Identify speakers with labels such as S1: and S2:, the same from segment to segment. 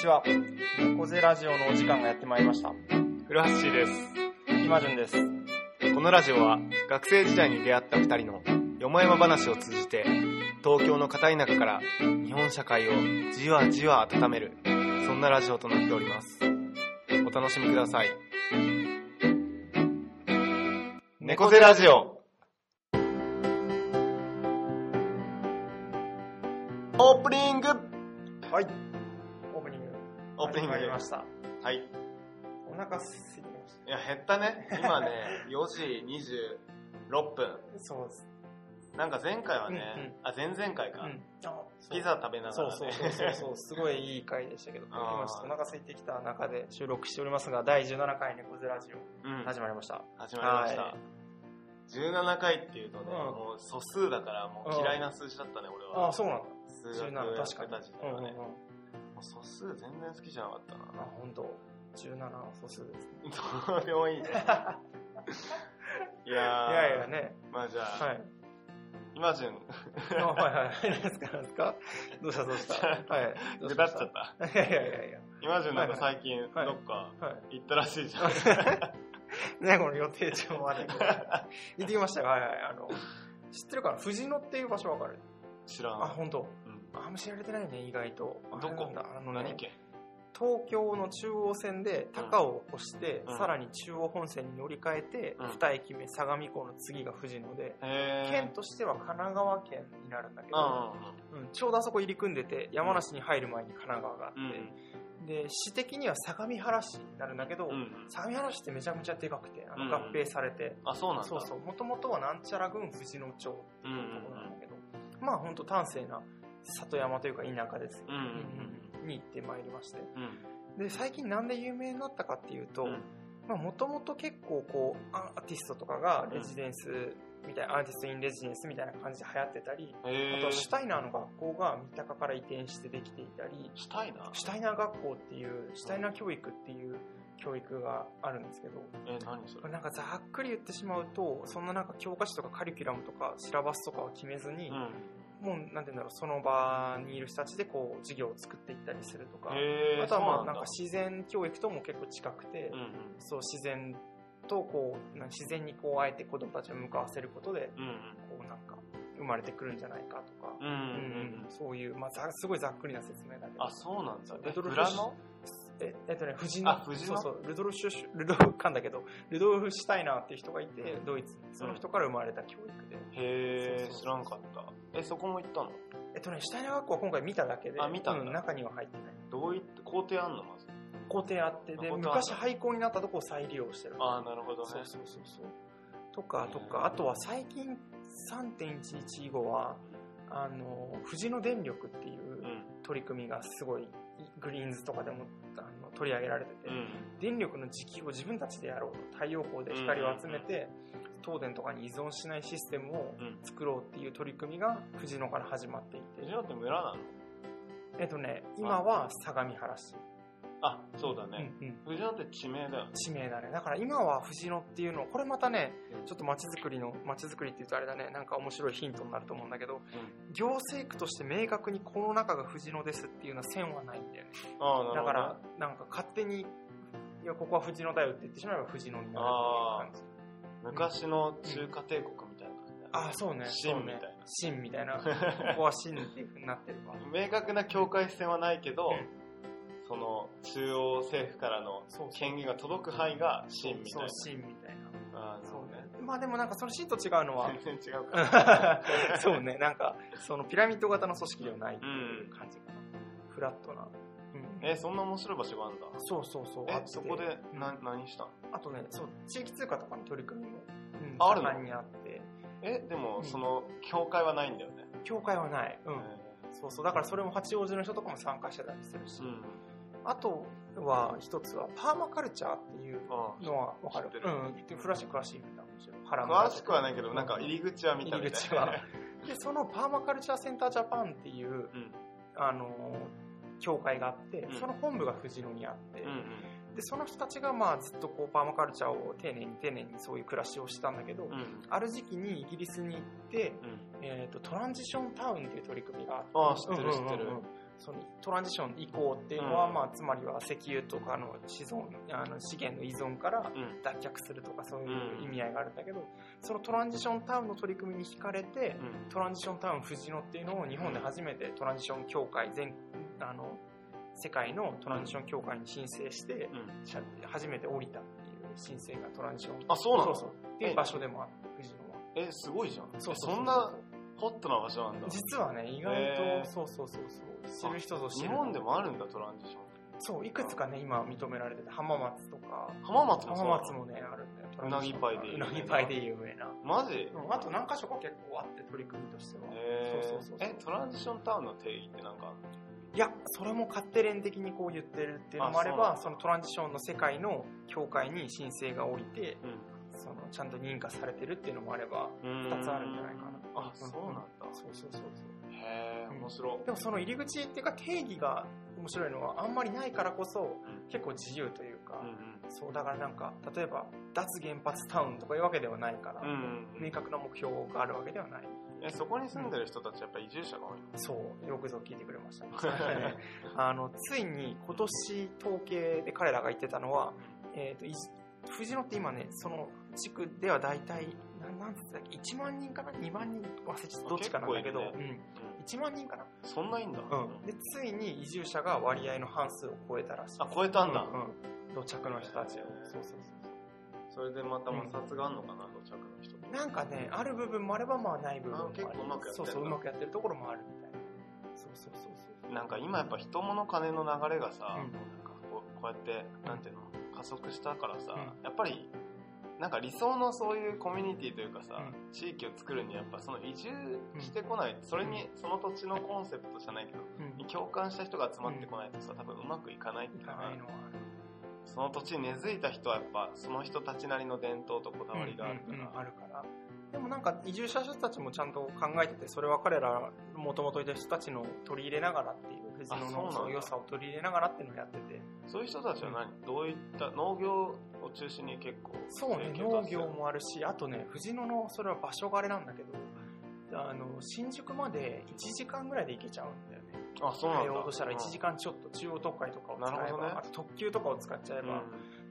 S1: ちは。猫背ラジオのお時間がやってまいりました。
S2: 古橋です。
S1: 今順です。
S2: このラジオは学生時代に出会った二人のよもやま話を通じて東京の片田舎から日本社会をじわじわ温めるそんなラジオとなっております。お楽しみください。猫背ラジオオープニング
S1: はい。オープニング。
S2: オープニング
S1: 始まりました。
S2: はい。
S1: お腹すいてきまし
S2: いや、減ったね。今ね、4時26分。
S1: た。そうです。
S2: なんか前回はね、
S1: うんうん
S2: あ、前々回か。
S1: うん。あ
S2: ピザ食べなが
S1: そ
S2: ら、
S1: う
S2: ね。
S1: そうそうそうそう。すごいいい回でしたけど、
S2: あー
S1: 今ちょっとお腹空いてきた中で収録しておりますが、第17回猫背ラジオ
S2: うん
S1: 始まりました。
S2: 始まりました、
S1: はい
S2: 17回っていうとね、
S1: うん
S2: もう素数だからもう嫌いな数字だったね、俺
S1: あ
S2: は
S1: あ、そうなんだ。
S2: 数学
S1: 17、
S2: やって
S1: 確
S2: た
S1: かに。
S2: 時代
S1: うんう
S2: は
S1: んう
S2: ね、
S1: ん。
S2: もう素数全然好きじゃなかったな
S1: あ、ほんと。17は素数ですね。
S2: どうで もいいじゃんいや
S1: い
S2: ー
S1: やいやね。
S2: まあじゃあ、
S1: はい。
S2: 今順
S1: あ、はいはい。何ですか、何ですかどうしたどうしたはい。ど
S2: 下
S1: う
S2: 手
S1: しま
S2: っ
S1: し
S2: ちゃった
S1: た。いやいやいやいや。
S2: 今順なんか最近
S1: はい
S2: どっか
S1: はい。
S2: 行ったらしいじゃん、
S1: ね、この予定帳まで。行ってきましたよ、はいはい。あの、知ってるかな藤野っていう場所わかる
S2: 知らん
S1: あ、本当。
S2: うん
S1: あんま知られてないね、意外と。あ
S2: どこ
S1: れなんだあのね
S2: 何、県
S1: 東京の中央線で高尾を越して、
S2: うん
S1: さらに中央本線に乗り換えて、
S2: うん
S1: 二駅目、相模港の次が藤野で、
S2: へー
S1: 県としては神奈川県になるんだけ
S2: うん
S1: ど、うんちょうどあそこ入り組んでて、山梨に入る前に神奈川があって、
S2: うん
S1: で、市的には相模原市になるんだけど、
S2: うんうんうん
S1: 相模原市ってめちゃめちゃでかくて、あ
S2: う
S1: の
S2: ん
S1: 合併されて、
S2: あそうなんだ
S1: そうそう、もともとはなんちゃら郡藤野町っ
S2: う
S1: て
S2: んうん
S1: いうところなんだけど、まあ本当端正な里山というか田舎ですよ、
S2: うんうん
S1: うんうんに行ってまいりまして。
S2: うんうん
S1: で、最近なんで有名になったかっていうと、
S2: うん
S1: まあもともと結構こう、アーティストとかがレジデンスみたいな、アーティストインレジデンスみたいな感じで流行ってたり、あ
S2: へ
S1: と
S2: ー
S1: シュタイナーの学校が三鷹から移転してできていたり、
S2: したいな。
S1: シュタイナー学校っていう、シュタイナー教育っていう教育があるんですけど、
S2: え、何それ。
S1: なんかざっくり言ってしまうと、そんななんか教科書とかカリキュラムとかシラバスとかは決めずに、
S2: うん。
S1: もうなんて言うんだろう、その場にいる人たちでこう授業を作っていったりするとか、
S2: へー
S1: あとはま
S2: そ
S1: あ
S2: う
S1: な
S2: だ
S1: んか自然教育とも結構近くて、
S2: うん
S1: そう自然とこう、な自然にこうあえて子供たちを向かわせることで、
S2: うん
S1: こうなんか生まれてくるんじゃないかとか、
S2: うんうんうんん
S1: うう
S2: うんん
S1: そういう、まあざすごいざっくりな説明だけど。
S2: あ、そうなんだ。
S1: ルドルフ
S2: 裏の
S1: ええっとね、藤野
S2: あ藤野
S1: そうそうルドルフシュシュルドルフかんだけどルドルフ・シュタイナーっていう人がいて、
S2: うん
S1: ドイツにその人から生まれた教育で、そう
S2: へ
S1: そ
S2: え、
S1: うそう
S2: 知らんかった。え、そこも行ったの
S1: えっとねシュタイナー学校は今回見ただけで
S2: あ見たんだ
S1: うん中には入ってない
S2: どういって、工程あんのまず。
S1: 校庭あってで
S2: あ校庭ある
S1: 昔廃校になったとこを再利用してる
S2: あーなるほど
S1: そう
S2: ね。
S1: そうそうそうとかと
S2: う
S1: か
S2: ん
S1: あとは最近3.11以後はあの藤野電力っていう
S2: うん。
S1: 取り組みがすごいグリーンズとかでもあの取り上げられてて、
S2: うん。
S1: 電力の自給を自分たちでやろうと太陽光で光を集めて東電とかに依存しないシステムを
S2: うん
S1: 作ろうっていう取り組みが藤野から始まってい
S2: 藤
S1: て、
S2: 野って村なの
S1: えっとね、今は相模原市、
S2: あ、そうだね。
S1: うんうん
S2: 藤野って地名だよね。
S1: 地名だねだから今は藤野っていうのこれまたね
S2: うん
S1: ちょっと街づくりの街づくりっていうとあれだねなんか面白いヒントになると思うんだけど、行政区として明確にこの中が藤野ですっていうのは線はないんだよね
S2: あーなるほどね。
S1: だからなんか勝手にいやここは藤野だよって言ってしまえば藤野になるっていう感じ
S2: 昔の中華帝国みたいな感じだね
S1: ああ、そうね。
S2: 清
S1: そうね
S2: みたいな
S1: 清みたいな。ここは清っていう風になってるわ。
S2: 明確な境界線はないけど、その中央政府からの
S1: そう
S2: 権限が届く範囲が
S1: そ
S2: 清
S1: う
S2: みたい
S1: そう、清みたいな。
S2: な。あーなる
S1: そ
S2: ほ
S1: う
S2: どね。
S1: ね。まあでもなんかその清と違う のは、
S2: 全然違うか。
S1: そうね、なんか、そのピラミッド型の組織ではないっていう感じかな。フラットな。うん
S2: え、そんな面白い場所があるんだ。
S1: そうそうそう。あ
S2: え、
S1: って
S2: そこで
S1: うん
S2: な、何したの
S1: あとね、そう、地域通貨とかの取り組みも、うん、
S2: あるの
S1: 盛んにあって、
S2: え、で
S1: うん
S2: も、その、教会はないんだよね。
S1: 教会はない。う。
S2: うん
S1: そうそう。だからそれも八王子の人とかも参加してたりするし、
S2: ん。
S1: あとは一つはパーマカルチャーっていう
S2: あ
S1: のはわかる
S2: 知って。る
S1: うん、でフラッシュ詳しいんだ、むしろ。原村
S2: 詳しくはないけど、なんか入り口は見たみたいな。
S1: 入り口は。で、そのパーマカルチャーセンタージャパンっていう、
S2: うん。
S1: あのー協会があって、
S2: うん
S1: その本部が富士野にあって、
S2: うん
S1: で、その人たちがまあずっとこうパーマカルチャーを丁寧に丁寧にそういう暮らしをしてたんだけど、
S2: うん。うん。
S1: ある時期にイギリスに行って、
S2: うん。
S1: えっ、と、トランジションタウンっていう取り組みがあって、
S2: ああ、知ってる知って
S1: うんうん
S2: る
S1: うん。そのトランジション移行っていうのは、
S2: うん
S1: まあ、つまりは石油とかの資存あの資源の依存から
S2: うん
S1: 脱却するとかそういううん意味合いがあるんだけど、そのトランジションタウンの取り組みに惹かれて、
S2: うん
S1: トランジションタウン藤野っていうのを日本で初めてトランジション協会全あの世界のトランジション協会に申請して、
S2: うん
S1: しゃ初めて降りたっていう申請がトランジション
S2: あそうな
S1: そ
S2: の
S1: うそうっていう場所でもある藤野は
S2: えすごいじゃん
S1: そうそうそう
S2: そんなホットな場所なんだ
S1: 実はね意外
S2: へー
S1: とそうそうそうそう知る人ぞ知
S2: 日
S1: る
S2: 本でもあるんだトランジション
S1: そういくつかね今認められてて浜松とか
S2: 浜松もそう
S1: 浜松もねあるんだよトランジションタウン
S2: うなぎパイで有
S1: う
S2: 名な
S1: なぎパイで有名な
S2: マジへ
S1: うんあと何か所か結構あって取り組みとしては
S2: え
S1: そうそうそうそう
S2: えトランジションタウンの定義ってなんかあるの
S1: いや、それも勝手連的にこう言ってるっていうのもあれば、そのトランジションの世界の協会に申請が降りて、そのちゃんと認可されてるっていうのもあれば、
S2: うん
S1: 2つあるんじゃないかな。
S2: あそうなんだ
S1: そうそうそうそう。
S2: へえ面白
S1: でもその入り口っていうか定義が面白いのはあんまりないからこそ、
S2: うん
S1: 結構自由というか、
S2: うん
S1: そう、だからなんか、例えば、脱原発タウンとかいうわけではないから、
S2: うんうん
S1: 明確な目標があるわけではない。
S2: えそこに住んでる人たちやっぱ移住者が多いの
S1: そう、よくぞ聞いてくれ ました。あの、ついに今年統計で彼らが言ってたのは、えっ、と、い藤野って今ね、その地区では大体、なんなんつったっけ、1万人かな ?2 万人忘れちゃった。どっちかなんだけど、
S2: 結構いる
S1: うん。1万人かな
S2: そんないんだ
S1: うん。で、ついに移住者が割合の半数を超えたらしい。
S2: あ超えたんだ
S1: うんうん。土着の人たち
S2: へ。
S1: を
S2: ー
S1: そうそうそう
S2: それでまた摩擦があるのかな土着の人って。
S1: なんかね、ある部分もあれば、まあない部分もある。
S2: あ結構うまくやってんだ
S1: そうそう、うまくやってるところもあるみたいな。そうそうそうそう。
S2: なんか今やっぱ人物金の流れがさ、
S1: うん
S2: なんかこうこうやってなんていうの加速したからさ、
S1: う
S2: やっぱりなんか理想のそういうコミュニティというかさ、
S1: う
S2: 地域を作るにはやっぱその移住してこない、それにその土地のコンセプトじゃないけど、
S1: うん。
S2: に共感した人が集まってこないとさ多分うまくいかない
S1: い
S2: か
S1: からないのはある。
S2: その土地に根付いた人はやっぱその人たちなりの伝統とこだわりがあるから、
S1: うんうんうんあるからでもなんか移住者人たちもちゃんと考えててそれは彼らもともといた人たちの取り入れながらっていう藤野
S2: あそうなん
S1: の
S2: だ
S1: その良さを取り入れながらっていうのをやってて
S2: そういう人たちは何、どういった農業を中心に結構
S1: そうね
S2: 影響
S1: 農
S2: 出してる
S1: 業もあるしあとね藤野のそれは場所があれなんだけどあの新宿まで1時間ぐらいで行けちゃうんだよね
S2: あそうなんだ
S1: 通おうとしたら1時間ちょっと中央特快とかを使
S2: な
S1: え
S2: るほど
S1: ば、
S2: ね
S1: あと特急とかを使っちゃえ
S2: うん
S1: ば、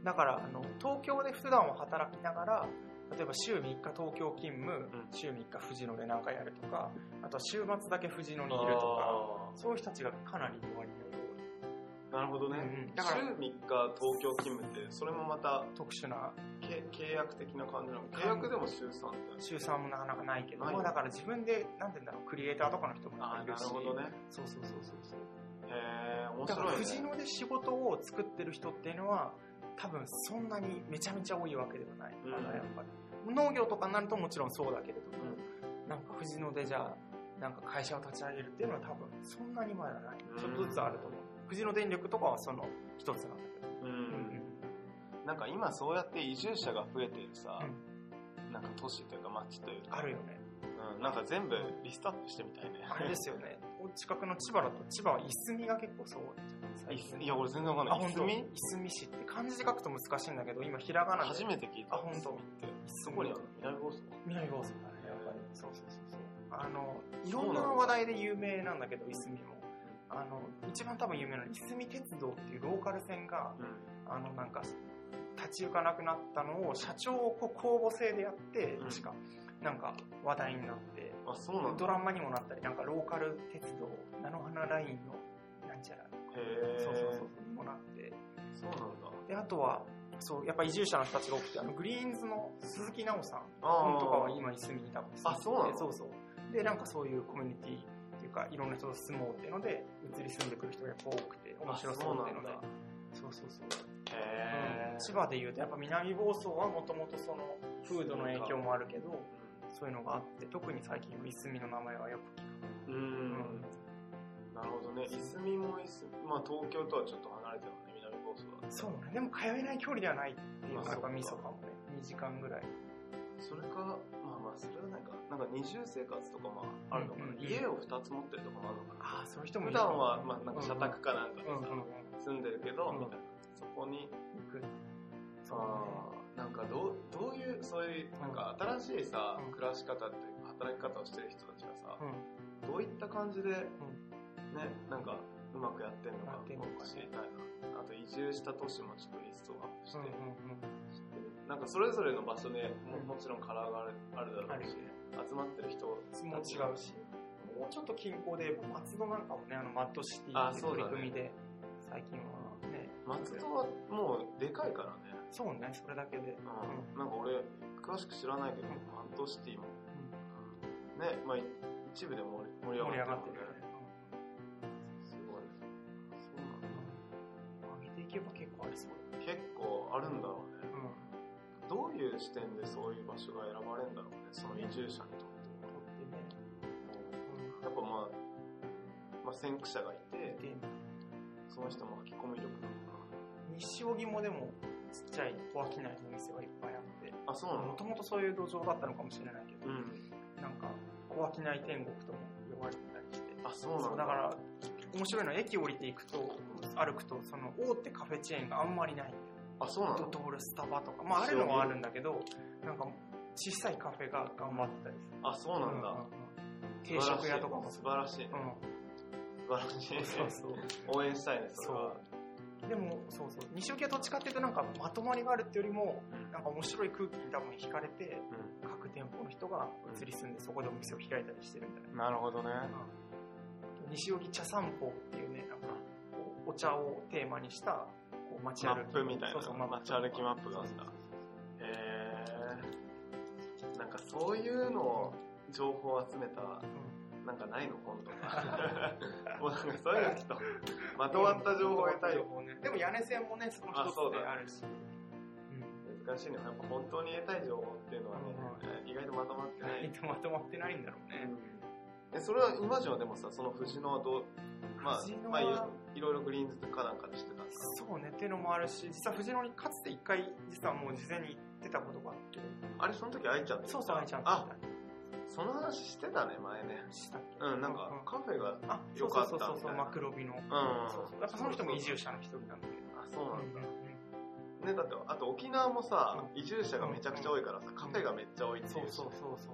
S1: だからあの東京で普段は働きながら例えば週3日東京勤務、
S2: ん
S1: 週3日藤野で何かやるとかあとは週末だけ藤野
S2: うん
S1: にいるとかそういう人たちがかなり割合
S2: あーなるほどね、
S1: うんうんだから
S2: 週3日東京勤務ってそれもまた
S1: 多い特殊な
S2: け契約的な感じなの契約でも週3って
S1: 週3もなかなかないけど、
S2: ない
S1: まあ、だから自分でなんて言うんだろうクリエイターとかの人も
S2: あー
S1: い
S2: な
S1: る
S2: る
S1: し
S2: ほどね
S1: そうそうそうそうそう
S2: へえ面
S1: だから
S2: 白い
S1: 藤
S2: ね
S1: 野で仕事を作ってる人っていうのは多分そんなにめちゃめちゃ多いわけではない、
S2: うん
S1: まだやっぱり農業とかになるともちろんそうだけれども、なんか藤野でじゃあなんか会社を立ち上げるっていうのは多分そんなにまだない
S2: うん
S1: ちょっとずつあると思う藤野電力とかはその一つなんだけど、
S2: う
S1: うん
S2: んなんか今そうやって移住者が増えてるさ、なんか都市というか街というか
S1: あるよね
S2: うん、なんか全部リストアップしてみたいね
S1: あれですよねお近くの千葉だと千葉はいすみが結構そうじゃないですか
S2: いすいや俺全然わか
S1: あ
S2: んない
S1: 本
S2: いす
S1: 当
S2: み
S1: いすみ市って漢字で書くと難しいんだけど今ひらがなで
S2: 初めて聞いた
S1: あ本当
S2: いすみってそこにあるの南房総
S1: 南房総だねやっぱりそうそうそうそうあのいろんな話題で有名なんだけどいすみもあの一番多分有名なのはいすみ鉄道っていうローカル線があのなんか立ち行かなくなったのを社長をこう公募制でやって
S2: うん
S1: 確か、なんか話題になって
S2: うん、あそうなんだ
S1: ドラマにもなったりなんかローカル鉄道菜の花ラインのなんちゃら
S2: へえ
S1: そうそうそうにもなって
S2: そうなんだ
S1: であとはそうやっぱ移住者の人たちが多くてあのグリーンズの鈴木奈緒さん
S2: あー
S1: とかは今いすみに多分住んでて
S2: あそうなの
S1: そうそうでなんかそういうコミュニティっていうかいろんな人と住もうっていうので移り住んでくる人がやっぱ多くて面白そうっていう
S2: あそうなん
S1: ので
S2: だ
S1: そうそうそう
S2: へえ
S1: 千葉でいうとやっぱ南房総はもともとその風土の影響もあるけどそういうのがあって特に最近いすみの名前はよく聞
S2: う
S1: く
S2: ん、なるほどねいすみもいすまあ東京とはちょっと離れてるもんね南房総だ
S1: そうねでも通えない距離ではないっていう
S2: ま
S1: の
S2: あ
S1: がやっ
S2: そ
S1: ぱ
S2: っか
S1: みそかもね2時間ぐらい
S2: それかまあまあそれはなんかなんか二重生活とかもあるのかな、
S1: うんうんうん
S2: 家を二つ持ってるとかもあるのかな
S1: ああそういう人もい
S2: 普
S1: るかも
S2: 段はまあなんか社宅かなんかで
S1: うんうん
S2: さ、
S1: うん
S2: 住んでるけど、
S1: う
S2: み
S1: ん
S2: たいなそこに
S1: 行くそう
S2: あーなんかどうどういうそういうなんか新しいさ、
S1: うん
S2: 暮らし方っていうか働き方をしてる人たちがさ、
S1: ね
S2: どういった感じで、ねなんかうまくやってんのか
S1: やってんのかね
S2: 知りたいなあと移住した都市もちょっとリストアップして、
S1: うんうん
S2: 知ってるなんかそれぞれの場所でももちろんカラーがあるある
S1: うん。
S2: だ
S1: あ
S2: ろうし
S1: るし、ね、
S2: 集まってる人
S1: 質問違うし、もうちょっと近郊で、松戸なんかもね、あの、マッドシティ
S2: あ
S1: って
S2: そう
S1: 取
S2: だね
S1: り組みで、最近はね、
S2: 松戸はもうでかいからね、
S1: そうね、それだけで。うん。
S2: うん、なんか俺詳しく知らないけど
S1: うん
S2: マッドシティも、ねまあ一部で盛り上
S1: 盛り上
S2: が
S1: が
S2: っ
S1: ってて
S2: る
S1: る
S2: よ
S1: よ
S2: ね
S1: ね。
S2: すごいそうなんだ
S1: うん上げていけば結構ありそう
S2: 結構あるんだろうね
S1: だ。うん。
S2: どういう視点でそういう場所が選ばれるんだろうねその移住者にとって
S1: 取ってね。うん
S2: やっぱまあ、まあ、先駆者がいて
S1: で
S2: その人も吹き込み力なのか
S1: 西荻もでもちっちゃい小商いのお店はいっぱいあって
S2: なあそうな
S1: も
S2: の
S1: ともとそういう土壌だったのかもしれないけど、
S2: ん
S1: なんか小商い天国とも呼ばれてたりして
S2: あそうな
S1: そ
S2: ん
S1: う
S2: だ
S1: だから面白いのは駅降りていくと歩くとその大手カフェチェーンがあんまりない
S2: あそうな
S1: ド
S2: の
S1: トールスタバとかまああるのはあるんだけどなんか小さいカフェが頑張ってたりする
S2: あそうなんだ、
S1: ううん定食屋とかも
S2: 素晴らしいね
S1: うん
S2: 素晴らしいね
S1: そうそう
S2: 応援したいねそ
S1: そ
S2: れは
S1: うでもそうそう西荻はどっちかっていうとなんかまとまりがあるっていうよりもなんか面白い空気に多分惹かれて各店舗の人が移り住んでそこでお店を開いたりしてるみたいな、
S2: うんなるほどね
S1: 西荻茶散歩っていうねなんかおお茶をテーマにしたこう街
S2: マ
S1: 歩
S2: ッ
S1: き
S2: プみたい
S1: そ
S2: な
S1: うそう
S2: 街歩きマップがあったへえなんかそういうのを情報を集めた
S1: うん
S2: なんかないの本とか もうなんかそういうのちょっとまとまった情報を得たい
S1: 情報ねでも屋根線もねその
S2: あ
S1: 一つ
S2: そうだ
S1: であるしうん
S2: 難しいねやっぱ本当に得たい情報っていうのはね、意外とまとまってない、
S1: 意外とまとまってないんだろうね、
S2: えそれは今じゃでもさその藤野はどうま
S1: 藤
S2: あ、
S1: 野
S2: ま
S1: は
S2: あ、いいろいろグリーンズとかなんかでしてたんですか
S1: そうねっていうのもあるし実は藤野にかつて一回実はもう事前に行ってたことがあって
S2: あれその時愛ちゃんと
S1: そうそう愛ちゃんと行っ
S2: あ
S1: た
S2: その話してたね前ね
S1: したっけ
S2: うんなんか
S1: うん
S2: カフェが
S1: あ、
S2: よかった
S1: そうそうそ
S2: みた
S1: うそう、
S2: いな
S1: マクロビの。
S2: ん
S1: そうそう。やっぱその人も移住者の一人なんだけど。
S2: あそうなんだ、
S1: う
S2: ねだってあと沖縄もさ
S1: う
S2: 移住者がめちゃくちゃ多いからさカフェがめっちゃ多いって
S1: そ
S2: いううし
S1: そうそうそう。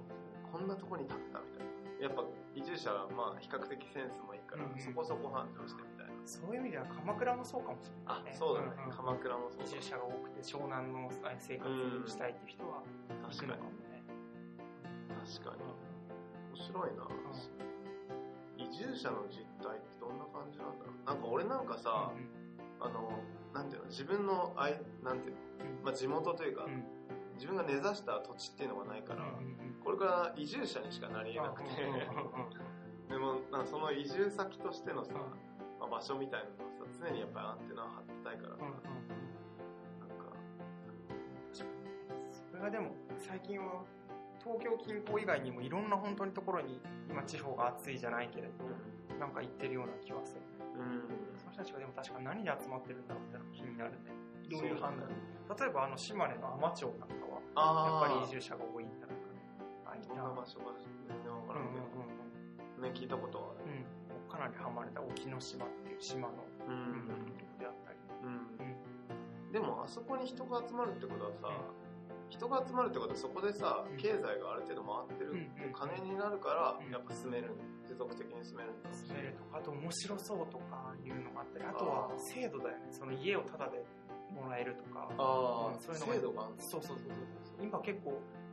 S2: こんなとこに建てたみたいなやっぱ移住者はまあ比較的センスもいいから、
S1: うん
S2: そこそこ繁盛してみたいな
S1: そういう意味では鎌倉もそうかもしれな
S2: あ
S1: いね。
S2: そうだね、
S1: んん
S2: 鎌倉もそう
S1: 移
S2: だ
S1: 住者が多くて湘南の生活をしたいっていう人は行
S2: 確か
S1: くの
S2: に
S1: かもね。
S2: 確かに
S1: うん
S2: 面白いな、移住者の実態ってどんな感じなんだろうなんか俺なんかさ、
S1: うん
S2: あのなんていうの自分のあいなんていうの、まあ、地元というか、
S1: うん
S2: 自分が根ざした土地っていうのがないから、
S1: うんうん
S2: これから移住者にしかなりえ
S1: うん
S2: なくて、
S1: うんうんうんうん
S2: でもなんかその移住先としてのさ、
S1: うん
S2: まあ、場所みたいなのをさ常にやっぱりアンテナ張ってたいからさ、
S1: うんうん
S2: なんか
S1: それがでも最近は東京近郊以外にもいろんな本当にところに今地方が暑いじゃないけれどなんか行ってるような気はする
S2: うん
S1: その人たちがでも確か何で集まってるんだろうってのが気になるねどういう判断
S2: そ
S1: 例えばあの島根の海士町なんか
S2: あ
S1: は
S2: あ
S1: やっぱり移住者が多いんじゃないかねあい
S2: どん
S1: た
S2: な場所が全然わか
S1: う
S2: ら
S1: ん
S2: んけど、ね聞いたことはある
S1: うんうんうんかなり離れた沖ノ島っていう島の
S2: う
S1: う
S2: ん
S1: んであったりね
S2: うんでもあそこに人が集まるってことはさ、
S1: う
S2: 人が集まるってことはそこでさ、
S1: うん
S2: 経済がある程度回ってる、
S1: うんうん
S2: 金になるから、
S1: うん
S2: やっぱ住める持続的に住めるんだろうし
S1: 住めるとかあと面白そうとかいうのがあったりあとは制度だよねその家をタダでもらえるとか
S2: ああ、
S1: うんそういうのが
S2: 制度があるんだ
S1: そうそうそうそう今結構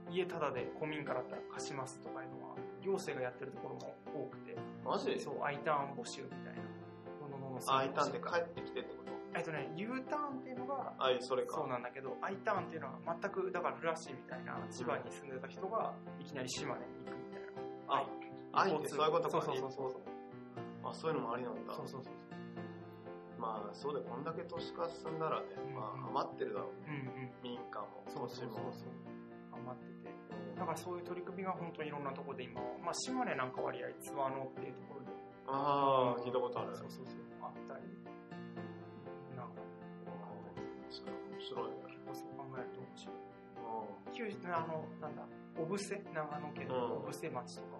S1: 家タダで古民家だったら貸しますとかいうのは行政がやってるところも多くて
S2: マジ
S1: そう I ターン募集みたいなどんどんどんどん
S2: あ、いたんで帰
S1: か
S2: ってきてってこと
S1: えっとね U ターンっていうのが
S2: あ、それか。
S1: そうなんだけど I ターンっていうのは全くだからフラッシーみたいな千葉に住んでた人がいきなり島根に行くみたいな
S2: あ、あいってそういうことか。
S1: そうそうそうそう
S2: あ、そういうのもありなんだ。
S1: そうそうそう
S2: まあ、そうで、こんだけ都市化進んだらね、
S1: うん
S2: まあ、余ってるだろうね。
S1: う
S2: 民
S1: んうん
S2: 家も、
S1: そう
S2: 都
S1: そ
S2: 市
S1: うそ
S2: も。
S1: うそう余っててだからそういう取り組みが本当にいろんなところで今は、まあ、島根なんか割合ツアーのっていうところで
S2: ああ、聞いたことある。
S1: そうそうそう。あったり。なんか、
S2: 確かに面白いね。
S1: 結構そう考えると面白い。
S2: うん
S1: 旧日のあの、なんだ、小布施長野県
S2: う
S1: の
S2: ん
S1: 小布施町とかも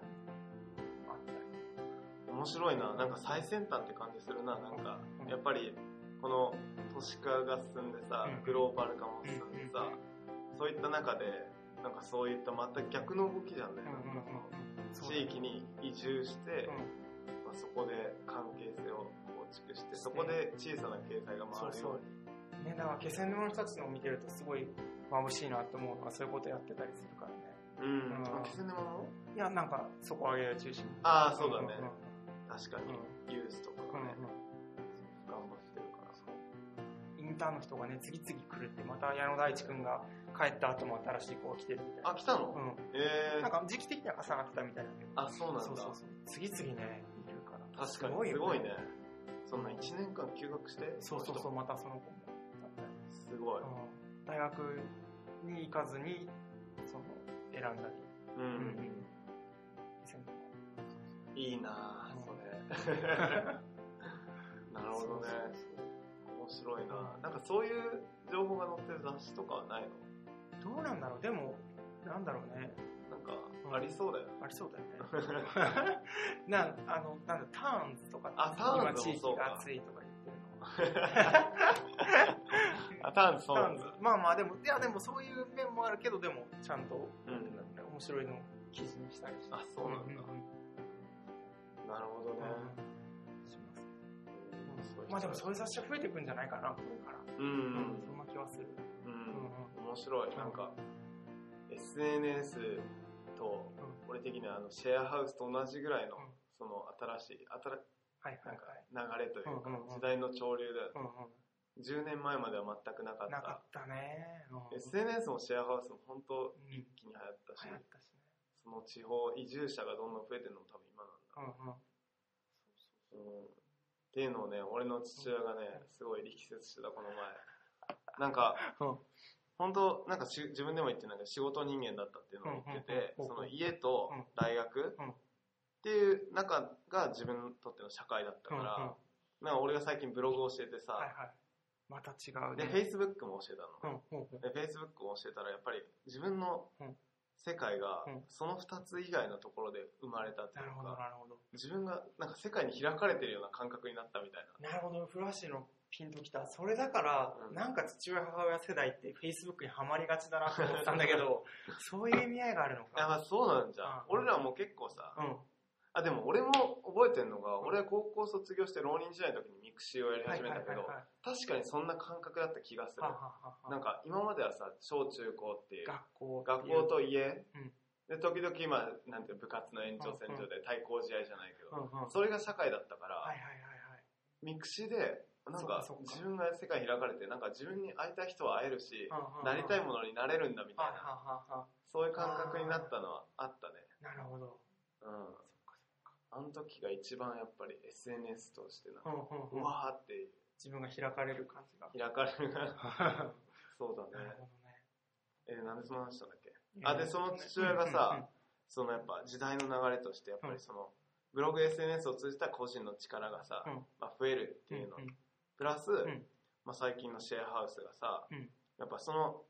S1: あったり。
S2: 面白いななんか最先端って感じするななんか
S1: うん
S2: やっぱりこの都市化が進んでさ
S1: うん
S2: グローバル化も進んでさ
S1: うん
S2: そういった中でなんかそういったまた逆の動きじゃんね
S1: うんうんうんうん。
S2: 地域に移住して
S1: うん
S2: まあ、そこで関係性を構築して、そこで小さな経済が
S1: そ
S2: 回
S1: う
S2: る
S1: そ
S2: よう
S1: う。ね、だから気仙沼の人たちのを見てるとすごい眩しいなって思うのはそういうことやってたりするからね。
S2: に。うん
S1: うん
S2: あ気仙沼の
S1: いや、なんかそこ上げる中心に
S2: ああそうだね
S1: ん
S2: 確かに、ユースとか
S1: うんう
S2: が
S1: ん
S2: ね、
S1: う
S2: 頑張ってるから。
S1: んインターンの人がね、次々来るって、また矢野大地君が帰った後も新しい子が来てるみたいな。
S2: あ、来たの、
S1: う
S2: え
S1: ん。
S2: ー
S1: なんか時期的には重なってたみたいだけど。
S2: あ、そうなんだ。
S1: そうそうそう。次々ね、いるから。
S2: 確かに、す
S1: す
S2: ご
S1: ご
S2: い
S1: い
S2: ね。
S1: よね
S2: そんな1年間休学して、
S1: そうそうそう、またその子もだったり。
S2: すごい。
S1: うん大学に行かずに、その、選んだり。
S2: う。
S1: うん気仙
S2: いいなぁ、
S1: うん
S2: それ。なるほどね。面白いなぁ。なんかそういう情報が載ってる雑誌とかはないの
S1: 沼どうなんだろうでも、なんだろうね。
S2: なんか、ありそうだよね。
S1: ありそうだよね。 な、あの、なんだ、ターンズとかって
S2: あターンズ
S1: 今
S2: も
S1: 地
S2: そう
S1: 域
S2: か
S1: が暑いとか言ってるのは。
S2: あ、ターンズそうなん
S1: タ
S2: だ
S1: ーン。ズまあまあ、でも、いや、でもそういう面もあるけど、でも、ちゃんと、
S2: うん
S1: なんていうんだろうね面白いのを記事にしたりして。
S2: あ、そうなんだ。
S1: うんうん
S2: なるほどね。
S1: します
S2: うん
S1: まあでも、そういう雑誌は増えていくんじゃないかな、これから。
S2: うんう
S1: うんん、そんな気はする。
S2: う
S1: うん
S2: ん。
S1: う
S2: 面白い。なんか、SNS と、
S1: ん
S2: 俺的にはあの、シェアハウスと同じぐらいの
S1: うん、
S2: その新しい、新
S1: はいはいはい。
S2: なんか流れというか
S1: うんうんうん、
S2: 時代の潮流だよね。
S1: うん
S2: 10年前までは全くなかっ
S1: うん。な
S2: た
S1: か。ったね。うん
S2: SNS もシェアハウスも本当
S1: うん
S2: 一気に流行ったし
S1: 流、行ったしね。
S2: その地方移住者がどんどん増えてるのも多分今なんだ。
S1: うんうん。
S2: うんっていうのをね、俺の父親がね、すごい力説してた、この前。なんか、
S1: うん
S2: 本当なんかし自分でも言ってなんか仕事人間だったっていうのを言ってて、
S1: うんうん
S2: そ
S1: うん
S2: の
S1: うん
S2: 家と
S1: うん
S2: 大学
S1: うん
S2: っていう中が自分にとっての社会だったか
S1: うんうん
S2: ら、なんか俺が最近ブログを教えて
S1: はい
S2: さ、
S1: はい。また違う
S2: で、
S1: ね。
S2: Facebook も教えたの。
S1: うんうんうん。
S2: で、Facebook を教えたら、やっぱり自分の
S1: うん
S2: 世界が
S1: うん、
S2: その2つ以外のところで生まれたってい
S1: なる
S2: う
S1: ほど
S2: か、
S1: なるほど。
S2: 自分がなんか世界に開かれてるような感覚になったみたいな。
S1: なるほど、フラッシュのピンときた。それだから、
S2: うん
S1: なんか父親母親世代って Facebook にはまりがちだなって思ったんだけど、そういう意味合いがあるの
S2: や
S1: か。
S2: っぱそうなんじゃ
S1: うん
S2: ん。俺らも結構さ、
S1: うん。
S2: あ、でも俺も覚えてるのが、
S1: ん
S2: 俺は高校卒業して浪人時代の時にミクシーをやり始めたけど
S1: は、
S2: 確かにそんな感覚だった気がす
S1: い
S2: る
S1: は。いはいはいはあはあはあ
S2: なんか今まではさ、小中高っていう、
S1: 学校
S2: 学校と家
S1: うん、
S2: で、時々今、なんていうの部活の延長線上で対抗試合じゃないけ
S1: うん
S2: ど、
S1: うん。はい
S2: それが社会だったから、
S1: はいはいはい。
S2: ミクシーで、なんか
S1: そっかそっか
S2: 自分が世界開かれて、なんか自分に会いたい人は会えるし、なりたい
S1: も
S2: ものになれるんだみた
S1: はい
S2: い
S1: はい
S2: な、
S1: はいは
S2: そういう感覚になったのはあったね。
S1: い。なるほど。
S2: うん。あの時が一番やっぱり SNS としてなん
S1: う
S2: か、
S1: んうん
S2: う
S1: うん
S2: わーって
S1: 自分が開かれる感じが。
S2: 開かれるが、 そうだ
S1: なる
S2: ね。
S1: ほどね。
S2: えーなんでその話したんだっけあでその父親がさそのやっぱ時代の流れとして、やっぱりその、ブログ SNS を通じた個人の力がさ、
S1: うん
S2: まあ、増えるっていうの、プラス、
S1: ん
S2: まあ、最近のシェアハウスがさ、
S1: うん
S2: やっぱその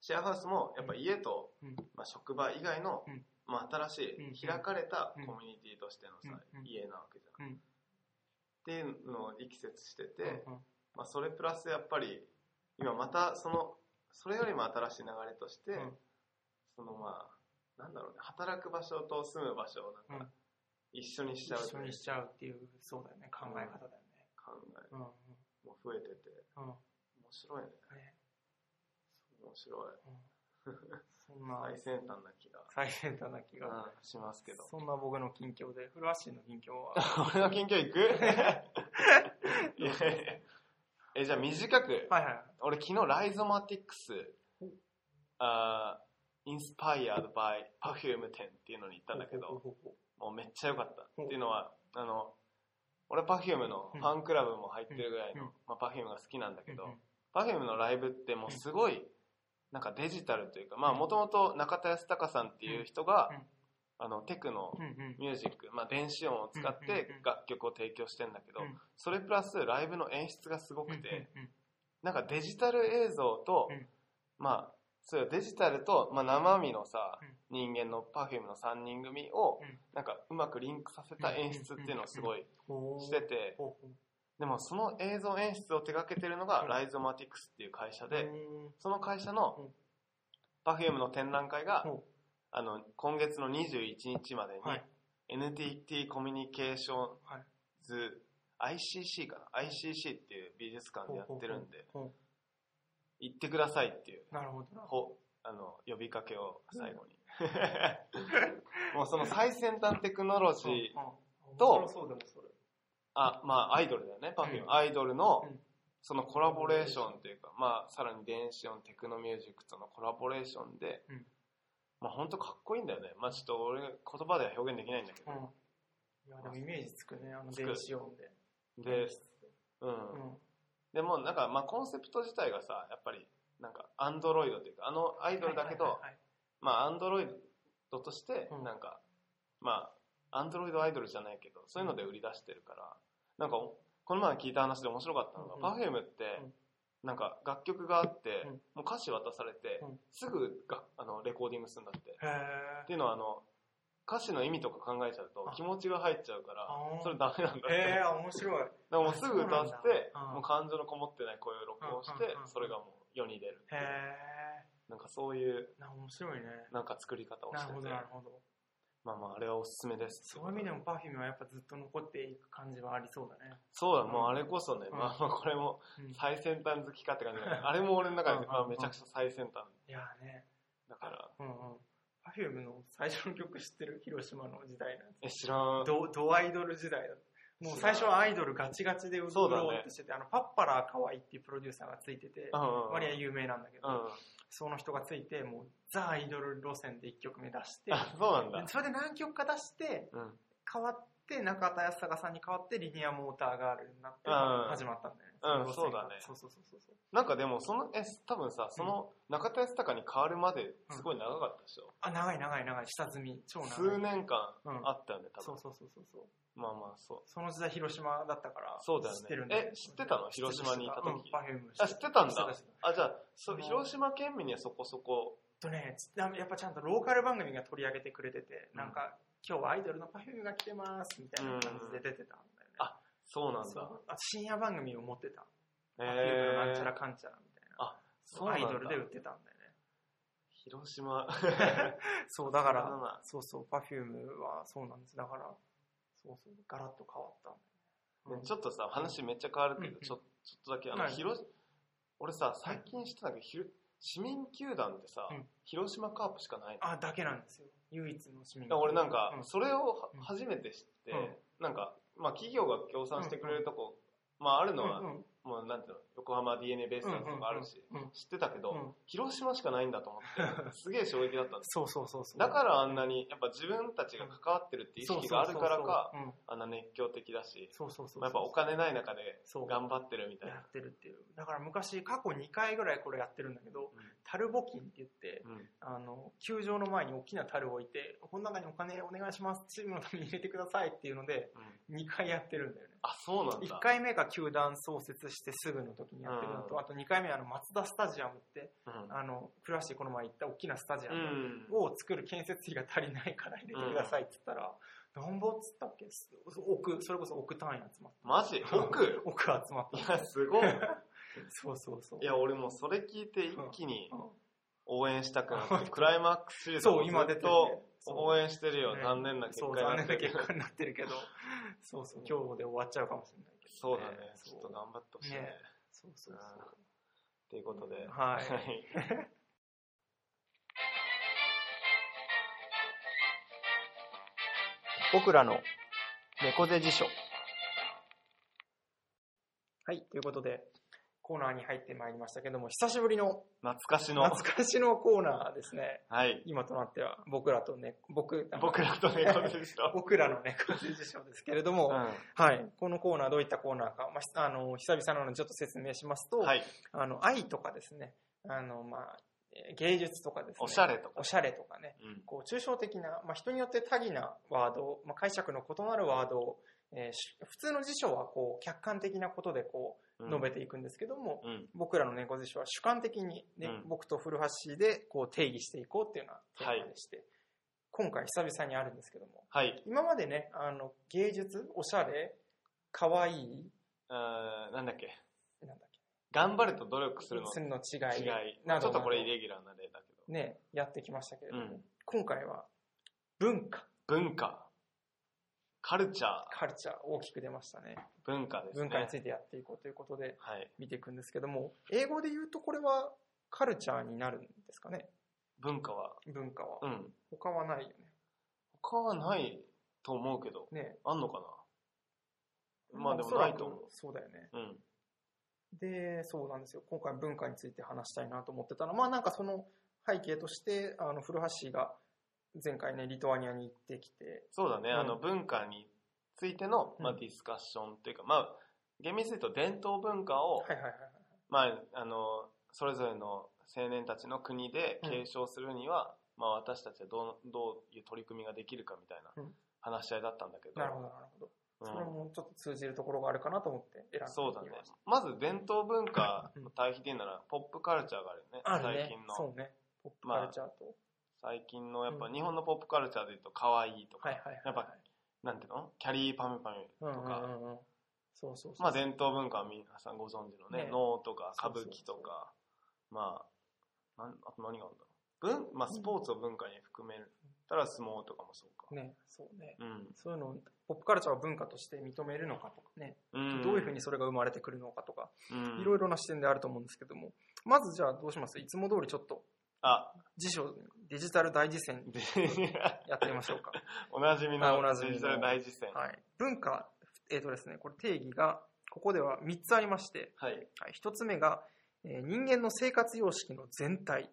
S2: シェアハウスもやっぱ家と、
S1: うん
S2: まあ、職場以外の、
S1: うん
S2: まあ、新し
S1: うん
S2: い開かれた
S1: うん
S2: コミュニティとしてのさ、
S1: うん
S2: 家なわけじゃん、
S1: うん
S2: っていうのを力説してて、
S1: うんうん
S2: まあ、それプラスやっぱり今またそのそれよりも新しい流れとして、
S1: うん
S2: そのまあなんだろうね働く場所と住む場所をなん
S1: う
S2: か
S1: ん
S2: 一緒にしちゃう
S1: 一
S2: と
S1: 緒
S2: いう
S1: にしちゃうっていう、そうだよね、考え方だよね。
S2: 考え
S1: うんうん
S2: も増えてて
S1: うん
S2: 面白いね
S1: ね
S2: 面白い
S1: うんそんな
S2: 最先端な気が
S1: 最先端な気が。
S2: うんしますけど。
S1: そんな僕の近況で、フルアッシーの近況は、
S2: 俺の近況行く いやいやいやえ、じゃあ短く。
S1: はいはい。
S2: 俺昨日ライゾマティックス、あインスパイアードバイパフューム店っていうのに行ったんだけど、
S1: ほうほう
S2: もうめっちゃ良かった。
S1: ほう
S2: っていうのは、あの、俺パフュームのファンクラブも入ってるぐらい
S1: うんうん
S2: の、まあ、パフュームが好きなんだ
S1: ほう
S2: けど、
S1: うん
S2: パフュームのライブってもうすごい、なんかデジタルというか、まあもともと中田康隆さんっていう人が
S1: うんうん、
S2: あの、テクの
S1: うんうん
S2: ミュージック、まあ、電子音を使っ
S1: うんうん
S2: て
S1: うん
S2: 楽曲を提供してんだけど、
S1: うん
S2: それプラスライブの演出がすご
S1: うん
S2: くて、
S1: うんうん
S2: なんかデジタル映像と、
S1: うん
S2: まあ、そういうデジタルと、まあ、生身のさ、
S1: うん
S2: 人間の Perfume の3人組を、
S1: うん
S2: なんかうまくリンクさせた演出っていうのをすごい
S1: ほう
S2: してて、
S1: ほうほう
S2: でもその映像演出を手掛けてるのが、
S1: うん
S2: ライゾマティクスっていう会社で、
S1: うん
S2: その会社の Perfume の展覧会が、
S1: ほう
S2: あの今月の21日までに、
S1: はい
S2: NTT コミュニケーション
S1: はい
S2: ズ、ICC かな ?ICC っていう美術館でやってるんで、
S1: ほ
S2: 行ってくださいっていう、
S1: うなるほどな。
S2: ほあの、呼びかけを最後に。 もうその最先端テクノロジー
S1: うんうん
S2: と
S1: 面白そうだもんそれ。
S2: あ、まあアイドルだよね、パフュー
S1: う
S2: ム。アイドルの
S1: うん、
S2: そのコラボレーションというか、まあさらに電子音、テクノミュージックとのコラボレーションで
S1: うん、
S2: まあ本当かっこいいんだよね。まあちょっと俺言葉では表現できないんだけど。
S1: うん。いや、でもイメージつくね、あの
S2: つく
S1: 電子音で。
S2: で、うん。
S1: うん。
S2: でもなんかまあコンセプト自体がさ、やっぱりなんかアンドロイドというか、あのアイドルだけ
S1: は
S2: ど
S1: い、はいはい
S2: まあアンドロイドとして
S1: うん、
S2: なんか、まあアンドロイドアイドルじゃないけど、そういうので売り出してるから、なんかおこの前聞いた話で面白かったのが、
S1: うん
S2: パフ Perfume って
S1: うん、
S2: なんか楽曲があって
S1: うん、
S2: もう歌詞渡されて
S1: うん、
S2: すぐがあのレコーディングするんだって。っ
S1: はい
S2: ていうのはあの、歌詞の意味とか考えちゃうと
S1: あ
S2: 気持ちが入っちゃうから
S1: あー、
S2: それダメなんだっ
S1: へ
S2: て
S1: え。。へえ、面白い。
S2: だからもうすぐ歌わせて
S1: あそうなんだうん、
S2: もう感情のこもってない声を録音して
S1: うんうんうん、
S2: それがもう世に出るってい
S1: へ
S2: う。なんかそういう、
S1: え、な、面白いね。
S2: なんか作り方をし
S1: な
S2: て
S1: る
S2: て
S1: ほど、。なるほど。
S2: まあまあ、あれはおすすめです。
S1: そういう意味でも Perfume はやっぱずっと残っていく感じはありそうだね。
S2: そうだ、もうあれこそね、
S1: うん
S2: まあまあこれも
S1: うん、い
S2: 最先端好きかって感じだ けど、あれも俺の中
S1: うんう
S2: で、
S1: ん
S2: まあめちゃくちゃ最先端
S1: やね、
S2: だから、
S1: うんうん。Perfume の最初の曲知ってる広島の時代のや
S2: え、知らん
S1: つ。。ドドアイドル時代だもう最初はアイドルガチガチでう
S2: そうだね
S1: ろうってしてて、あの、パッパラー可愛いっていうプロデューサーがついてて
S2: う、んうん。
S1: 割合有名なんだけど、
S2: うん。
S1: その人がついて、もうザ・アイドル路線で1曲目出して、
S2: あ、そうなんだ
S1: で。それで何曲か出して、
S2: うん。
S1: 変わって、中田康隆さんに変わって、リニアモーターガールになって、
S2: うん
S1: 始まったんだよね。
S2: うん
S1: の路線
S2: そ
S1: が
S2: うだね
S1: そうそうそうそうそう。
S2: なんかでも、その、え、多分さ、その、中田康隆に変わるまで、すごい長かったでしょ。
S1: あ、長い長い長い、下積み、超長
S2: 数
S1: い。
S2: 年間
S1: うん
S2: あったよね、多
S1: そう
S2: 分。
S1: そうそうそうそう。
S2: まあまあ、そう。
S1: その時代広島だったから、
S2: そうだよね
S1: 知ってるんだよ
S2: え知ってたの広島にいた時
S1: うんバヘム
S2: あ、知ってたん
S1: 知っ
S2: だ
S1: て知って。
S2: あ、じゃあ、そ
S1: あの
S2: 広島県民にはそこそこ。
S1: とね、つやっぱちゃんとローカル番組が取り上げてくれてて、なんか、今日はアイドルのパフュームが来てます、みたいな感じで出てたんだよね。
S2: あそうなん
S1: そう
S2: だ。
S1: あ深夜番組を持ってた。
S2: へ
S1: パフュームのなんちゃら
S2: ー。
S1: かんちゃらみたいな。
S2: あ、そうな
S1: ア
S2: ん
S1: イ
S2: だ。
S1: ドルで売ってたんだよね。
S2: 広島。
S1: そう、だから
S2: そうだな、
S1: そうそう、パフュームはそうなんです。だから、そうそう、ガラッと変わったんだよね。
S2: ちょっとさ、話めっちゃ変わるけ
S1: うん
S2: ど、
S1: うん
S2: ちょちょっとだけ、あの、
S1: はい
S2: 広、俺さ、最近知ってたんだけどひろ、市民球団ってさ
S1: うん、
S2: 広島カープしかないの
S1: あ、だけなんですよ。唯一の市民。
S2: だから俺なんか
S1: う、
S2: それをは
S1: うん
S2: 初めて知って
S1: うん、
S2: なんか、まあ企業が協賛してくれるとこ、まああるのは
S1: う、ん
S2: もうなんていうの、横浜 DNA ベイスターズとかあるし、
S1: うんうん
S2: 知ってたけ
S1: う
S2: ど
S1: ん、
S2: 広島しかないんだと思 って、すげえ衝撃だったんです
S1: そうそうそうそう。
S2: だからあんなに、やっぱ自分たちが関わってるっていう意識があるからか、
S1: うん
S2: あんな熱狂的だし、
S1: そうそうそう。
S2: まあやっぱお金ない中で
S1: そう
S2: 頑張ってるみたい
S1: や
S2: な。
S1: ってるっていう。だから昔、過去2回ぐらいこれやってるんだけど、タル募金って言って、
S2: うん
S1: あの、球場の前に大きな樽を置いて、この中にお金お願いします、チームのために入れてくださいっていうので、
S2: うん
S1: 2回やってるんだよね。
S2: あ、そうなんだ。
S1: 1回目が球団創設してすぐの時にやってるのと、
S2: うん
S1: あと2回目はあの、松田スタジアムって、
S2: うん
S1: あの、倉敷この前行った大きなスタジア
S2: う
S1: ム
S2: ん。
S1: を作る建設費が足りないから入れてくださいって言ったら、なんぼっつったっけす億、それこそ億単位集まっ
S2: マジ奥
S1: た。億集まった
S2: い。や、すごい。
S1: そうそうそう。
S2: いや、俺もうそれ聞いて一気に
S1: うん
S2: 応援したくなっ
S1: うん
S2: て、クライマックスシリーズ
S1: そう、
S2: ず
S1: 今出
S2: って
S1: る、
S2: と
S1: そう
S2: 応援してるよ。
S1: ね
S2: 残念な結
S1: そう、
S2: 果
S1: 残
S2: にな
S1: 念
S2: ってるけ
S1: な結
S2: ど。
S1: 果になってるけど、そうそう、今日で終わっちゃうかもしれないけど。
S2: そうだね。ち
S1: そ
S2: ょっ
S1: う
S2: と頑張ってほしいね
S1: ね。そうそうそう。
S2: ということで。
S1: はい
S2: い。
S3: 僕らの猫背辞書
S1: はい、ということで、コーナーに入ってまいりましたけども、久しぶりの
S2: 懐かしの。
S1: 懐かしのコーナーですね。
S2: はい。
S1: 今となっては、僕らとね、僕、
S2: 僕らと猫背でした。
S1: 僕らの猫背辞書ですけれども、
S2: う
S1: はい、このコーナーどういったコーナーか、まあひ、あの、久々なのでちょっと説明しますと、
S2: ん。はい。
S1: あの、愛とかですね、あの、まあ、えー芸術とかですね、
S2: おしゃれとか
S1: おしゃれとかね、
S2: うん。
S1: こう抽象的な、まあ、人によって多義なワード、まあ、解釈の異なるワードを、えーし普通の辞書はこう客観的なことでこう述べていくんですけども、
S2: うん。
S1: 僕らの猫辞書は主観的に、
S2: う
S1: ね
S2: ん
S1: 僕と古橋でこう定義していこうっていうようなテーマでして、今回久々にあるんですけども
S2: はい。
S1: 今までねあの芸術おしゃれかわいい
S2: あーなんだっけ。
S1: なんだっけ
S2: 頑張ると努力するの
S1: の違い
S2: 違い。
S1: な
S2: ち
S1: ど
S2: ょっとこれイレギュラーな例だけど。
S1: ねやってきましたけれども、
S2: うん
S1: 今回は文化
S2: 文化。カルチャー、
S1: カルチャー大きく出ましたね。
S2: 文化ですね。
S1: 文化についてやっていこうということで
S2: はい。
S1: 見ていくんですけども、英語で言うとこれはカルチャーになるんですかね、
S2: 文化は、
S1: 文化は。
S2: うん。
S1: 他はないよね。
S2: 他はないと思うけど、
S1: ね
S2: あんのかなまあでも
S1: おそらく
S2: ないと思う。
S1: そうだよね。
S2: うん。
S1: で、そうなんですよ。今回文化について話したいなと思ってたのは、まあなんかその背景として、あの、古橋が前回ね、リトアニアに行ってきて、
S2: そうだね、
S1: うん
S2: あの文化についての、まあ、
S1: うん
S2: ディスカッションというか、まあ、厳密に言うと伝統文化を、
S1: はいはいはいはい。
S2: まあ、あのそれぞれの青年たちの国で継承するには、まあ、私たちはどうどういう取り組みができるかみたいな
S1: うん
S2: 話し合いだったんだけど,、
S1: なるほどなるほど。それもちょっと通じるところがあるかなと思って
S2: う
S1: 選んでみま
S2: ん、
S1: した。
S2: そうだねまず伝統文化の対比で言うならポップカルチャーが
S1: あ
S2: あるよね
S1: るね
S2: 最近。の
S1: そうね。ポップカルチャーと。
S2: 最近のやっぱ
S1: うん
S2: 日本のポップカルチャーで言うと可愛いとか、
S1: はいはいはい。
S2: やっぱなんていうのキャリーパミュパミュ
S1: うん
S2: とか、
S1: うんうんうん。そうそうそう。
S2: まあ、伝統文化は皆さんご存知のね
S1: ね
S2: 能とか
S1: そ
S2: 歌舞
S1: うそうそう
S2: 伎とかまあなんあと何があるんだろう文、まあ、スポーツを文化に含めたら相撲とかもそうか、
S1: ね、そうね。
S2: うん
S1: そういうのをポップカルチャーを文化として認めるのかとかね、
S2: うん、
S1: どういうふうにそれが生まれてくるのかとか、
S2: うん
S1: いろいろな視点であると思うんですけども、まずじゃあどうしますいつも通りちょっと
S2: あ
S1: 辞書、デジタル大辞典
S2: で
S1: やってみましょうか。
S2: おなじみ
S1: あ
S2: の
S1: おなじみの
S2: デジタル大事戦
S1: はい。文化、えっ、とですね、これ定義が、ここでは3つありまして、
S2: はい
S1: はい、1つ目が、えー人間の生活様式の全体。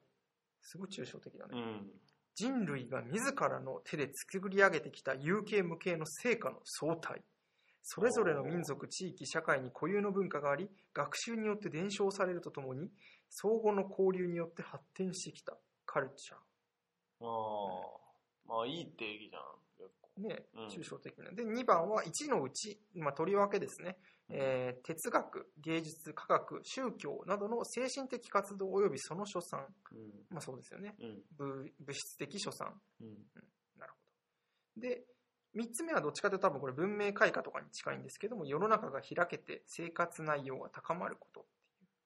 S1: すごい抽象的だね。
S2: うん
S1: 人類が自らの手で作り上げてきた有形無形の成果の総体それぞれの民族地域社会に固有の文化があり学習によって伝承されるとともに相互の交流によって発展してきたカルチャ
S2: あーまあいい定義じゃん結構
S1: ーね
S2: うん
S1: 抽象的な、で2番は1のうち、まあ、とりわけですね、えー哲学芸術科学宗教などの精神的活動及びその所産
S2: うん
S1: まあそうですよね
S2: うん
S1: 物物質的所産
S2: うん
S1: なるほど。で、3つ目はどっちかというと多分これ文明開化とかに近いんですけども、世の中が開けて生活内容が高まること。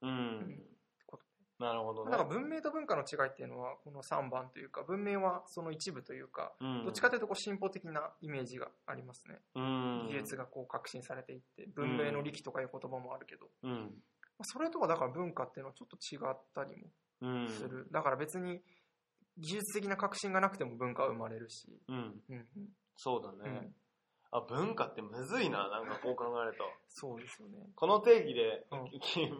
S2: うん
S1: こと
S2: なるほどね
S1: なんか文明と文化の違いっていうのはこの3番というか、文明はその一部というか、
S2: うん
S1: どっちかというとこう進歩的なイメージがありますね。
S2: うん
S1: 技術がこう革新されていって、文明の力とかいう言葉もあるけど、
S2: うん
S1: まあそれとはだから文化っていうのはちょっと違ったりも
S2: うん
S1: する。だから別に技術的な革新がなくても文化は生まれるし。
S2: うん
S1: うんうん
S2: そうだね、
S1: うん
S2: あ、文化ってむずいな、なんかこう考えると。
S1: そうですよね。
S2: この定義で、
S1: う ん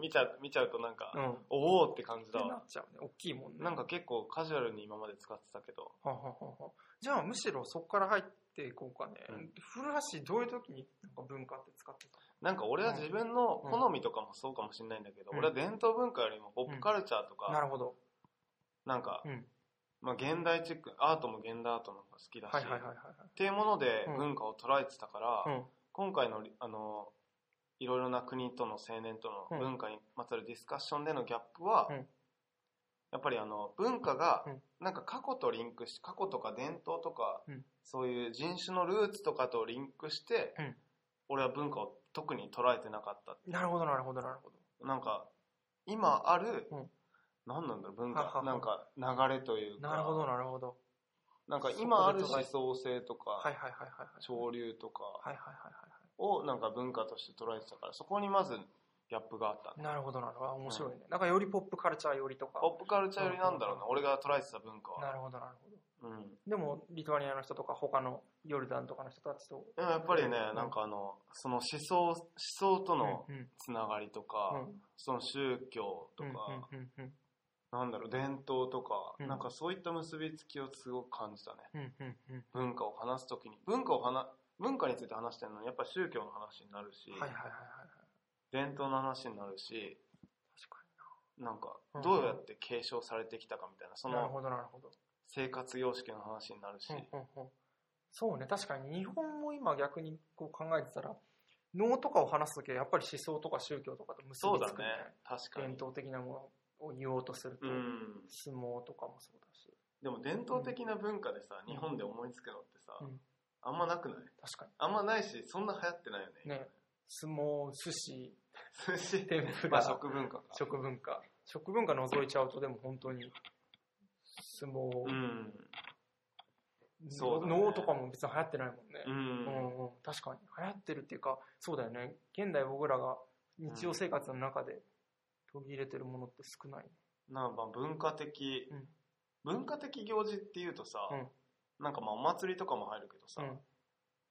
S2: 見ちゃ見ちゃうとなんか、
S1: うん。
S2: おおって感じ
S1: って
S2: だ
S1: な
S2: わ。
S1: っちゃうね。大きいもんね。
S2: なんか結構カジュアルに今まで使ってたけど。
S1: はははは。じゃあむしろそこから入っていこうかね。
S2: うん
S1: 古橋どういう時になんか文化って使ってた
S2: なんか俺は自分の
S1: うん
S2: 好みとかもそうかもしれないんだけど、
S1: うん
S2: 俺は伝統文化よりもポップカルチャーと
S1: な
S2: か、
S1: るほど。
S2: なんか、
S1: うん。
S2: まあ現代チック、アートも現代アートの方が好きだし、
S1: はいはいはい
S2: っ
S1: は
S2: ていうもので
S1: うん
S2: 文化を捉えてたから、
S1: いはい。うん。
S2: 今回のり、あの、いろいろな国との青年と
S1: う
S2: の
S1: ん
S2: 文化にまつわるディスカッションでのギャップは、
S1: うん
S2: やっぱりあの文化が
S1: うん
S2: なんか過去とリンクし過去とか伝統とか、
S1: うん
S2: そういう人種のルーツとかとリンクして、
S1: うん
S2: 俺は文化を特に捉えてなかったっていう
S1: なるほどなるほどなるほど。
S2: なんか今ある、
S1: うん
S2: 何なんだろう文
S1: はは
S2: 化
S1: は
S2: なんか流れというか
S1: なるほどなるほど。
S2: なんか今ある
S1: そこ
S2: 思
S1: で捉え
S2: 想性とか、
S1: はいはいはいはい。
S2: 潮流とか、
S1: はいはいはい
S2: をなんか文化として捉えてたから、そこにまずギャップがあった
S1: はい。なるほどなるほど。あ面白いね。なんかよりポップカルチャーよりとか。
S2: ポップカルチャーよりなんだろうな、俺が捉えてた文化
S1: な
S2: は。
S1: るほどなるほど。
S2: うん。
S1: でもリトアニアの人とか他のヨルダンとかの人たちと。
S2: でもやっぱりね、なんかあの、その思想、思想との
S1: うんうん
S2: つながりとか、その宗教と
S1: うん
S2: か、
S1: うんうんうん
S2: なんだろう、伝統とか、
S1: うん
S2: なんかそういった結びつきをすごく感じたね。
S1: うんうんうんうん
S2: 文化を話すときに。文化を話、文化について話してるのに、やっぱり宗教の話になるし、
S1: はいはいはいはいはい。
S2: 伝統の話になるし、
S1: 確か
S2: なんか
S1: うん、
S2: どうやって継承されてきたかみたいな、そ
S1: に。なる
S2: の
S1: ほどなるほど。
S2: 生活様式の話になるし、
S1: うんうんうんそうね、確かに日本も今逆にこう考えてたら、能とかを話すときはやっぱり思想とか宗教とかと結
S2: そう
S1: び
S2: だね
S1: つくみたいな。
S2: 確か
S1: 伝
S2: に。
S1: 統的なものを言おうとすると、
S2: うん。
S1: 相撲とかもそうだし、
S2: でも伝統的な文化でさ、日本で思いつくのってさ、
S1: うん
S2: あんまなくない
S1: 確か
S2: あんまないし、そんな流行ってないよ
S1: に
S2: ね。
S1: ね、相撲、寿司、
S2: 寿司
S1: 天ぷら
S2: まあ食文化か。
S1: 食文化、食文化覗いちゃうとでも本当に相撲、
S2: うん。そうだね
S1: 能とかも別に流行ってないもんね。
S2: うん。
S1: うんうん確確かに流行ってるっていうかそうだよね現代僕らが日常生活の中で取り入れてるものって少ない、
S2: なんか文化的、
S1: うん
S2: 文化的行事っていうとさ、
S1: うん
S2: なんかまあお祭りとかも入るけどさ、
S1: うん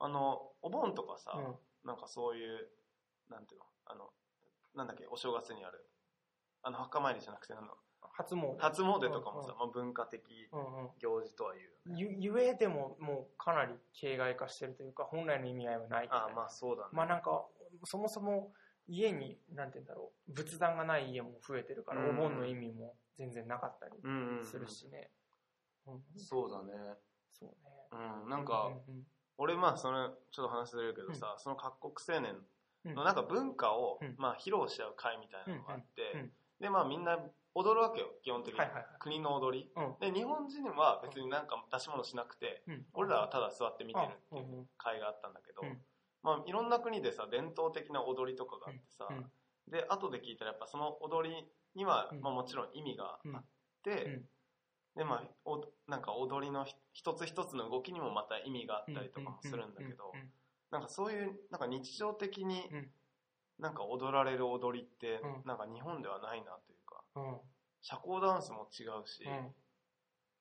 S2: あのお盆とかさ、
S1: うん
S2: なんかそういうなんていうのあのなんだっけお正月にあるあの墓参りじゃなくてなんだ
S1: 初詣
S2: 初詣とかもさ、
S1: う
S2: まあ、文化的
S1: うんうん
S2: 行事とは言うよね、
S1: ゆゆえでももうかなり形骸化してるというか本来の意味合いはない
S2: ああまあそうだね、
S1: まあなんかそもそも家になんて言うんだろう仏壇がない家も増えてるから
S2: う
S1: お
S2: ん
S1: 盆の意味も全然なかったり
S2: うんうんうん
S1: するしね、うん
S2: そうだね
S1: そうね
S2: うんなんか、
S1: うんうん
S2: 俺まあそのちょっと話ずれるけどさ、その各国青年
S1: うん
S2: のなんか文化を、
S1: うん
S2: まあ、披露しちゃう会みたいなのがあって、
S1: うんうん
S2: でまあみんな踊るわけよ基本的に、
S1: はいはいはい
S2: 国の踊り
S1: う
S2: で
S1: ん
S2: 日本人は別になんか出し物しなくて、
S1: うん
S2: 俺らはただ座って見てるってい
S1: あうんう
S2: うん会があったんだけど、
S1: うん
S2: まあ、いろんな国でさ伝統的な踊りとかがあってさ、
S1: うんうん
S2: で後で聞いたらやっぱその踊りには、
S1: うん
S2: まあ、もちろん意味があって、
S1: うん
S2: でまあ、おなんか踊りのひ一つ一つの動きにもまた意味があったりとかもするんだけど、
S1: うんうん
S2: なんかそういうなんか日常的に
S1: うん
S2: なんか踊られる踊りって
S1: うん
S2: なんか日本ではないなというか
S1: うん
S2: 社交ダンスも違うし、
S1: うん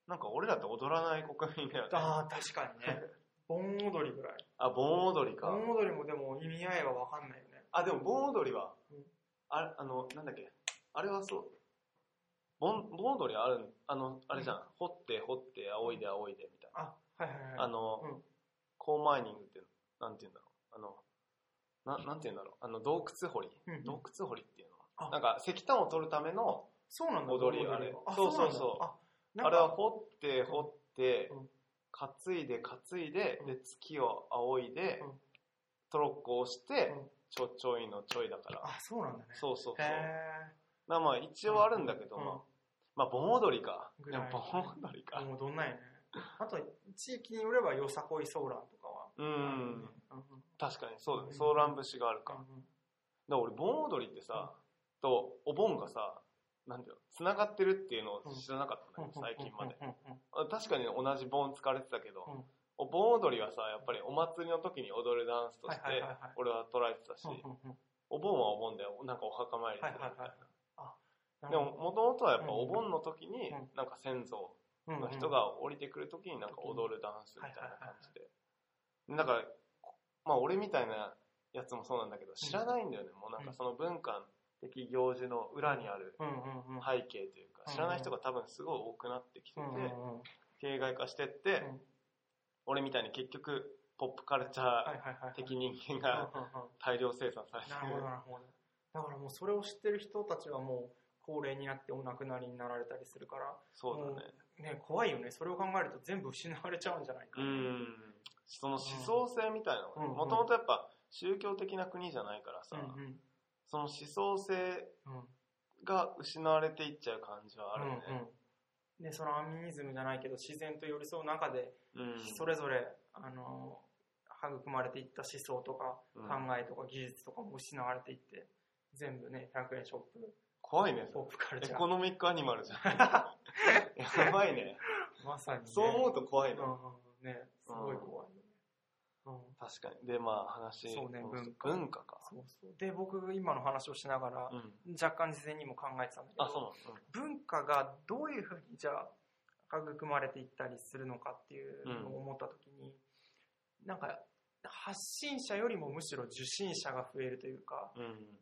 S2: なんか俺らって踊らない国民だよね
S1: ああ確かにね盆踊りぐらい
S2: あ盆踊りか、
S1: 盆踊りもでも意味合いは分かんないよね
S2: あでも盆踊りは
S1: うん
S2: あれあのなんだっけあれはそう盆盆踊りはあるあのあれじゃん、掘って掘って仰いで仰いでみたい
S1: あはいはい
S2: な、
S1: はい
S2: あの、
S1: うん
S2: コーマイニングってなんて言うんだろうあのななんて言うんだろうあの洞窟掘り、
S1: うんうん
S2: 洞窟掘りっていうの
S1: あ
S2: はなんか石炭を取るための
S1: そうなんだ
S2: 踊り
S1: 盆
S2: あれ
S1: は
S2: そうそう
S1: なんだ
S2: そう
S1: あなんか
S2: あれは掘って掘って
S1: うん、
S2: 担いで担いで
S1: う、ん
S2: で、月を仰いで
S1: うん、
S2: トロッコを押して
S1: うん、
S2: ちょちょいのちょいだから。
S1: あそうなんだね
S2: そうそうそう。
S1: へ
S2: な
S1: え
S2: まあ一応あるんだけど、
S1: うん
S2: まあまあ盆踊りか。
S1: ぐ
S2: で
S1: らい
S2: も盆踊りか。
S1: もうどんなんやね。あと、地域によればよさこいソーランとかは。
S2: う。。
S1: うんうん。
S2: 確かにそうだ
S1: う
S2: ね。
S1: ん
S2: ソーラン節があるか。だか
S1: うん
S2: ら俺盆踊りってさ、とお盆がさ、なんていうの、繋がってるっていうのを知らなかったんだけど、最近まで。。
S1: うんうんうん
S2: あ確かに同じ盆使われてたけど、
S1: うん
S2: お盆踊りはさやっぱりお祭りの時に踊るダンスとして
S1: はいはいはいはい
S2: 俺は捉えてたし、
S1: うんうんうん
S2: お盆はお盆でなんかお墓参りす
S1: は
S2: る
S1: い
S2: み
S1: はい
S2: たいな、
S1: はい。あ、な
S2: で
S1: るほ
S2: も
S1: ど
S2: もともとはやっぱお盆の時に
S1: うん
S2: なんか先祖
S1: うんうん
S2: の人が降りてくる時になんか踊るダンスみたいな感じで、なんかまあ俺みたいなやつもそうなんだけど知らないんだよね、もうなんかその文化的行事の裏にある
S1: うんうんうん。
S2: 背景というか知らない人が多分すごい多くなってきて
S1: う
S2: て、
S1: んうんうん
S2: 形骸化してって、
S1: うん
S2: 俺みたいに結局ポップカルチャ
S1: は
S2: ー
S1: いはいはいはい。
S2: 的人間
S1: うん
S2: が
S1: うんうん
S2: 大量生産されて
S1: なるほどなるほど。だからもうそれを知ってる人たちはもう高齢になってお亡くなりになられたりするから、
S2: そうだね
S1: ね、怖いよね。それを考えると全部失われちゃうんじゃないか
S2: う
S1: な。
S2: んその思想性みたいな
S1: うん
S2: もともとやっぱ宗教的な国じゃないからさ、
S1: うんうん
S2: その思想性
S1: うん。
S2: が失われていっちゃう感じはあるね、
S1: うんうん、でそのアミニズムじゃないけど自然と寄り添う中で、
S2: うん
S1: それぞれあの育まれていった思想とか
S2: う
S1: 考
S2: ん
S1: えとか技術とかも失われていって、全部ね100円ショップ
S2: 怖いね
S1: ポップカル
S2: エ
S1: チャ
S2: コ
S1: ー
S2: ノミックアニマルじゃ んやばいね
S1: まさに、ね、
S2: そう思うと怖い
S1: うん
S2: の、
S1: うんねすごい怖いよね、うん
S2: 確かにでまあ話
S1: そうね文化
S2: 文化か
S1: そうそうで僕今の話をしながら、
S2: うん
S1: 若干事前にも考えてたんだけど
S2: あそうなの、うん
S1: 文化がどういうふうにじゃあ育まれていったりするのかっていうのを思った時に、なんか発信者よりもむしろ受信者が増えるというか、
S2: うん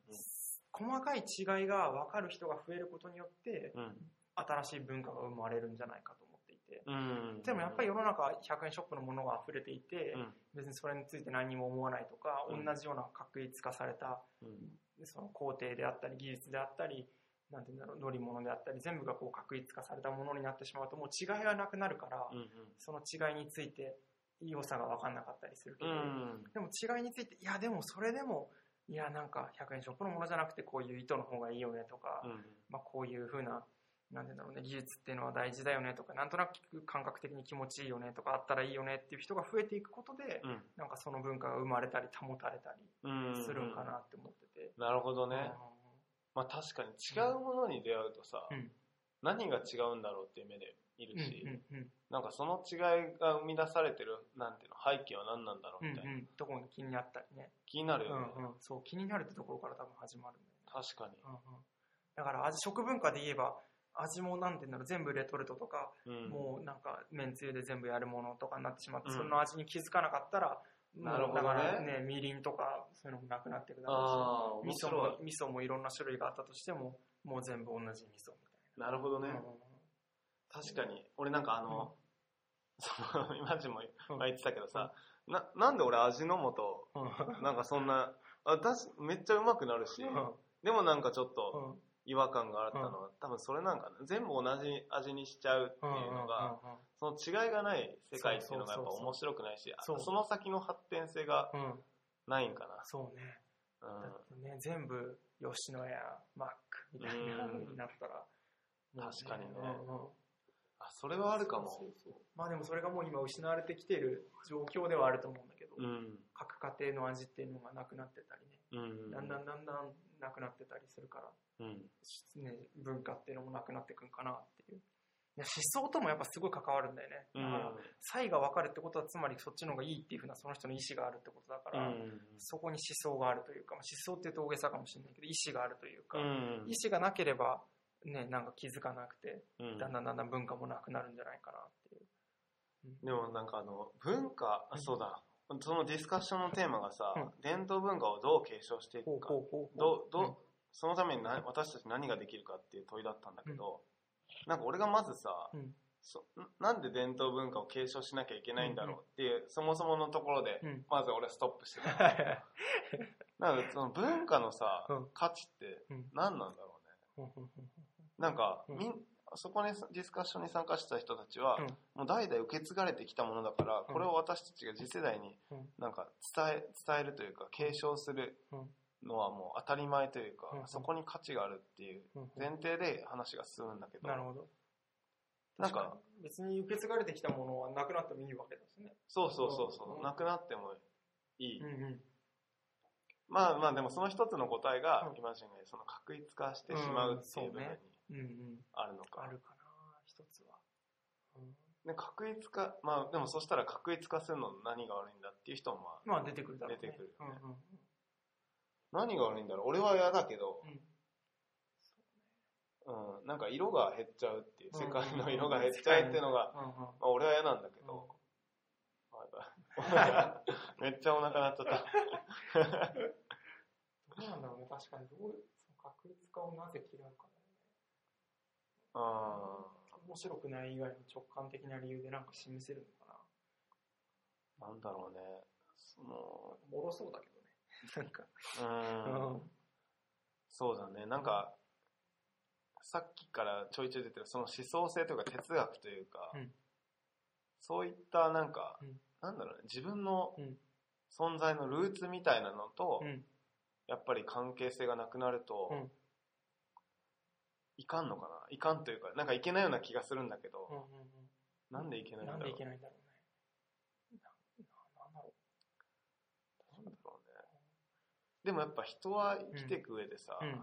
S1: 細かい違いが分かる人が増えることによって
S2: うん
S1: 新しい文化が生まれるんじゃないかと思っていて。
S2: うん
S1: でもやっぱり世の中100円ショップのものが溢れていて、
S2: うん
S1: 別にそれについて何も思わないとか、
S2: うん
S1: 同じような確立化された
S2: うん
S1: その工程であったり技術であったりなんていうんだろう乗り物であったり全部がこう確立化されたものになってしまうともう違いがなくなるから、
S2: うん
S1: その違いについて良さが分かんなかったりするけ
S2: う
S1: ど、
S2: ん
S1: でも違いについていやでもそれでもいやなんか100円ショップのものじゃなくてこういう糸の方がいいよねとか、
S2: うん
S1: まあ、こういう風ななんていうんだろうね技術っていうのは大事だよねとかなんとなく感覚的に気持ちいいよねとかあったらいいよねっていう人が増えていくことで、
S2: うん
S1: なんかその文化が生まれたり保たれたり
S2: うん
S1: するんかなって思ってて。
S2: なるほどね
S1: あ
S2: まあ確かに違うものに出会うとさ
S1: ーうん
S2: 何が違うんだろうっていう目でいる
S1: うん
S2: し、
S1: うんうん
S2: なんかその違いが生み出されてる、なんていうの、背景は何なんだろう
S1: うん
S2: みたいな。
S1: うんとこも気になったりね、
S2: 気にな
S1: う
S2: るよね。
S1: んうん、そう気になるってところから多分始まるん
S2: 確かに。
S1: だよね、うんうん、だから味食文化で言えば味もなんて言うんだろう全部レトルトとか、
S2: うん。
S1: もうなんかめんつゆで全部やるものとかになってしまって、
S2: うん
S1: その味に気づかなかったらもう
S2: なるほどね
S1: だからねみりんとかそういうのもなくなってくだろ
S2: ああ、
S1: うし
S2: 面
S1: 味噌も
S2: 白
S1: 味噌もいろんな種類があったとしてももう全部同じ味噌み
S2: い。なるほどね
S1: たいな、。
S2: 確かに。俺なんかあの、その、 今ジも
S1: うん
S2: 前言ってたけどさ、な、なんで俺味の素、
S1: うん
S2: なんかそんな、あ、だし、めっちゃうまくなるし、でもなんかちょっと
S1: うん
S2: 違和感があったのは、多分それなんかな全部同じ味にしちゃうっていうのが、その違いがない世界っていうのがやっぱ
S1: そうそうそうそう
S2: 面白くないし、あ
S1: そう
S2: その先の発展性が
S1: うんうんうんうん
S2: ないんか
S1: そうね
S2: な。
S1: だってね、全部吉野家マックみたいなのになったら、
S2: ん
S1: もう
S2: 確かにね
S1: うんうん
S2: あ、それはあるか
S1: そ
S2: も
S1: う。そうそうまあでもそれがもう今失われてきている状況ではあると思うんだけど、
S2: ん。
S1: 各家庭の味っていうのがなくなってたりね、
S2: うん
S1: だんだんだんだんなくなってたりするから、
S2: うん。
S1: ね、文化っていうのもなくなってくんかなっていう。いや思想ともやっぱすごい関わるんだよね。
S2: う
S1: だから
S2: ん。
S1: 差異が分かるってことはつまりそっちの方がいいっていうふうなその人の意思があるってことだか
S2: う
S1: ら、
S2: ん。
S1: そこに思想があるというか、まあ思想って言うと大げさかもしれないけど、意思があるというか、
S2: うん
S1: 意思がなければ、ね、なんか気づかなくて、
S2: うん
S1: だんだんだんだん文化もなくなるんじゃないかなっていう。
S2: でもなんかあの、文化、あ
S1: うん
S2: そうだ。そのディスカッションのテーマがさ
S1: うん、
S2: 伝統文化をどう継承してい
S1: ほ
S2: く
S1: う
S2: か
S1: ほ、うほうほう。
S2: どう、どう、そのためにな私たち何ができるかっていう問いだったんだけど、なんか俺がまずさ、
S1: うん
S2: そんなんで伝統文化を継承しなきゃいけないんだろうっていう、そもそものところで、
S1: うん
S2: まず俺ストップしてた。なんかその文化のさ、
S1: うん
S2: 価値って
S1: うん
S2: 何なんだろうね。なんか、みん、そこにディスカッションに参加した人たちは、
S1: うん
S2: もう代々受け継がれてきたものだから、
S1: うん
S2: これを私たちが次世代に
S1: うん
S2: なんか伝え、伝えるというか、継承する
S1: うん
S2: のはもう当たり前というか、
S1: うん
S2: そこに価値があるっていう
S1: うん
S2: 前提で話が進むんだけど、
S1: なるほど。
S2: なんか、
S1: 別に受け継がれてきたものはなくなってもいいわけですね。
S2: そうそうそうそう、
S1: うん
S2: なくなってもいい。
S1: うんうん。
S2: まあまあでもその一つの答えが、
S1: うん
S2: イマジンがその確一化してしまうっていう部分に
S1: うんそうねうんうん。
S2: あるのか。
S1: あるかな、一つは。うん
S2: で確一化、まあでもそしたら確一化するの何が悪いんだっていう人もまあ、
S1: まあ出てくるだろうね。
S2: 出てくる
S1: う
S2: よ
S1: ん
S2: ね
S1: うんうん。
S2: 何が悪いんだろう俺は嫌だけど、
S1: うん
S2: うん、なんか色が減っちゃうっていう、
S1: うん
S2: 世界の色が減っちゃうっていうのが、
S1: うんうん
S2: まあ俺は嫌なんだけど、まあ めっちゃお腹鳴っちゃった。
S1: どうなんだろうね、確かに。どうその確率化をなぜ嫌うかね。
S2: うん
S1: 面白くない以外の直感的な理由でなんか示せるのかな。
S2: なんだろうね。その、
S1: もろそうだけどね。なんか。
S2: うん、
S1: うん
S2: そうだね。なんか、さっきからちょいちょい出てる、その思想性というか哲学というか、
S1: うん
S2: そういったなんか、
S1: うん
S2: なんだろうね、自分の
S1: うん
S2: 存在のルーツみたいなのと、
S1: うん
S2: やっぱり関係性がなくなると、
S1: うん
S2: いかんのかないかんというか、なんかいけないような気がするんだけど、
S1: うんうん
S2: なんでいけ
S1: う
S2: ない
S1: ん。
S2: んだ
S1: な
S2: ろ
S1: ん
S2: う。
S1: でいけないんだろうね。な、ななんだろ
S2: なんだろうね。でもやっぱ人は生きていく上でさ、
S1: うんうん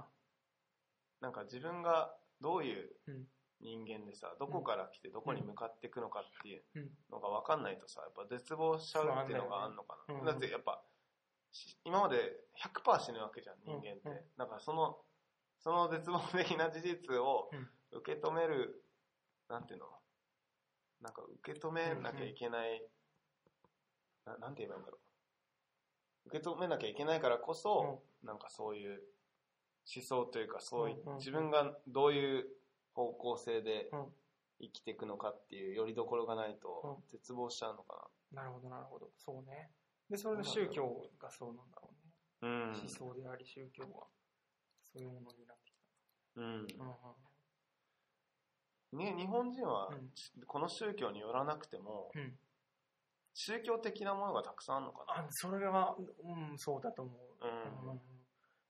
S2: なんか自分がどういう
S1: うん
S2: 人間でさ、どこから来てどこに向かっていくのかっていう
S1: うん
S2: のが分かんないとさ、やっぱ絶望しちゃうっていうのがあんのかな。
S1: そうな
S2: だ
S1: んだよねうん
S2: ってやっぱ、し今まで100%死ぬわけじゃん、人間って。
S1: うんうん
S2: だからその、その絶望的な事実を
S1: うん
S2: 受け止める、なんていうのなんか受け止めなきゃいけない、ななんて言えばいいんだろう。受け止めなきゃいけないからこそ、なんかそういう思想というか、そうい
S1: うんうん
S2: 自分がどういう方向性で
S1: うん
S2: 生きていくのかっていうよりどころがないと
S1: う
S2: 絶望しちゃうのか
S1: う。なるほど、なるほど。そうね。で、それで宗教がそうなんだろうね。
S2: な。うん
S1: 思想であり、宗教は、そういうものになってき
S2: うん
S1: た。うんうん
S2: ね、日本人は
S1: うん
S2: しこの宗教によらなくても、
S1: うん。
S2: 宗教的なものがたくさんあるのか
S1: あ、それは、うん、そうだと思う。
S2: な。
S1: うん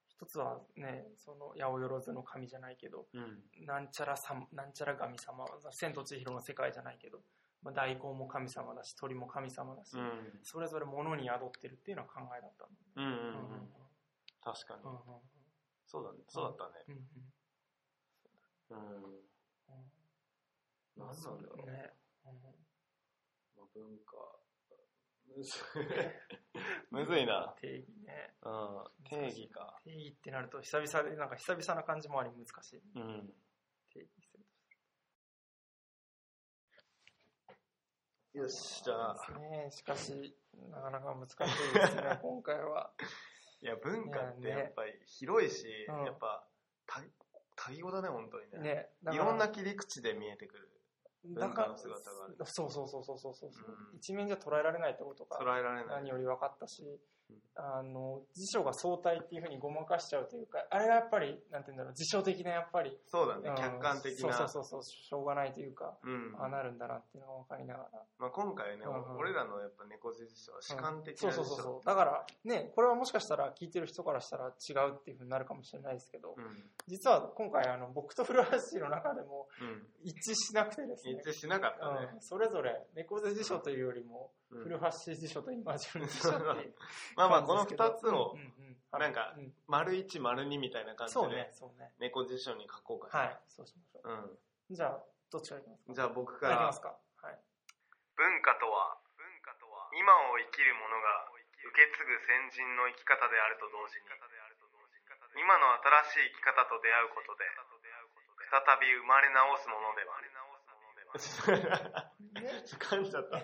S1: 一つはね、その、八百万の神じゃないけど、
S2: うん。うん。
S1: なんちゃらさん、なんちゃら神様、千と千尋の世界じゃないけど、まあ、大根も神様だし、鳥も神様だし、
S2: うん。
S1: それぞれ物に宿ってるっていうのは考えだったん
S2: うんうん
S1: だ、
S2: うんうん。確かに
S1: うん。うん
S2: そうだね。そうだったね。
S1: うんうん
S2: うん。
S1: うん
S2: 何なんだろう。
S1: ね。
S2: まあ、文化。むずいむずいな。
S1: 定義ね。
S2: うん。定義か。
S1: 定義ってなると、久々で、なんか久々な感じもあり難しい。
S2: うん。
S1: 定義すると。
S2: よし、じゃあ。
S1: ねしかし、なかなか難しいですね、 今回は。
S2: いや、文化っ
S1: い
S2: て
S1: やね
S2: やっぱり広いし、
S1: うん
S2: やっぱ多多義語だね、本当にね。
S1: ねだ
S2: い
S1: から
S2: ろんな切り口で見えてくる。
S1: だか
S2: 文化の
S1: ら、
S2: 姿がある
S1: そうそうそうそうそうそう、
S2: うん
S1: 一面じゃ捉えられないってこと
S2: 捉
S1: が
S2: えられない。
S1: 何より分かったし
S2: うん、
S1: あの、辞書が相対っていうふうにごまかしちゃうというか、あれがやっぱり、なんて言うんだろう、辞書的なやっぱり、
S2: そうだね
S1: う、ん
S2: 客観的な。
S1: そうそうそうそう、しょうがないというか、
S2: うん。
S1: ああなるんだなっていうのが分かりながら。
S2: まあ、今回ね、
S1: うんうん
S2: 俺らのやっぱ猫背辞書は主観的
S1: そ
S2: な
S1: う
S2: 辞
S1: そ
S2: 書。
S1: うそうそう。だから、ね、これはもしかしたら聞いてる人からしたら違うっていうふうになるかもしれないですけど、
S2: うん。
S1: 実は今回、あの、僕と古橋の中でも
S2: うん。
S1: 一致しなくてですね
S2: 一。致しなかった
S1: う
S2: ね
S1: ん、。それぞれ猫背辞書というよりも、
S2: うん
S1: 古橋辞書とイマジュン辞書っていう
S2: まあまあ、この
S1: 感じですけ
S2: 二つを
S1: どう、んうん
S2: なんか
S1: う
S2: 丸一丸二みたいな感じ
S1: そう
S2: で
S1: ね、、そうね。
S2: 猫辞書に書こうか
S1: はい、そうしましょ
S2: な。
S1: う。じゃあ、どっちからいきます
S2: う
S1: か
S2: ん。じゃあ僕か
S1: いき
S2: ら
S1: ま。すか。はい。
S3: 文化とは今を生きる者が受け継ぐ先人の生き方であると同時に今の新しい生き方と出会うことで再び生まれ直すものではある
S2: 噛んじゃったな。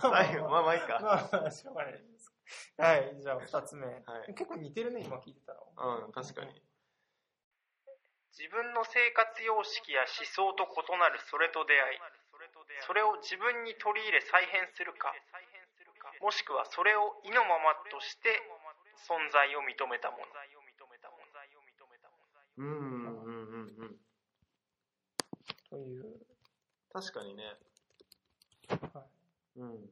S2: 最後、まあまあいいか。
S1: まあまあ、しょうがないです。はい、じゃあ二つ目。
S2: い
S1: 結構似てるね、今聞いてたら。
S2: うん、確かに。
S4: 自分の生活様式や思想と異なるそれと出会いそれを自分に取り入れ再編するかもしくはそれを意のままとして存在を認めたもの
S2: うん、うん、うん、うん。
S1: という。
S2: 確かにね。
S1: は
S2: うん。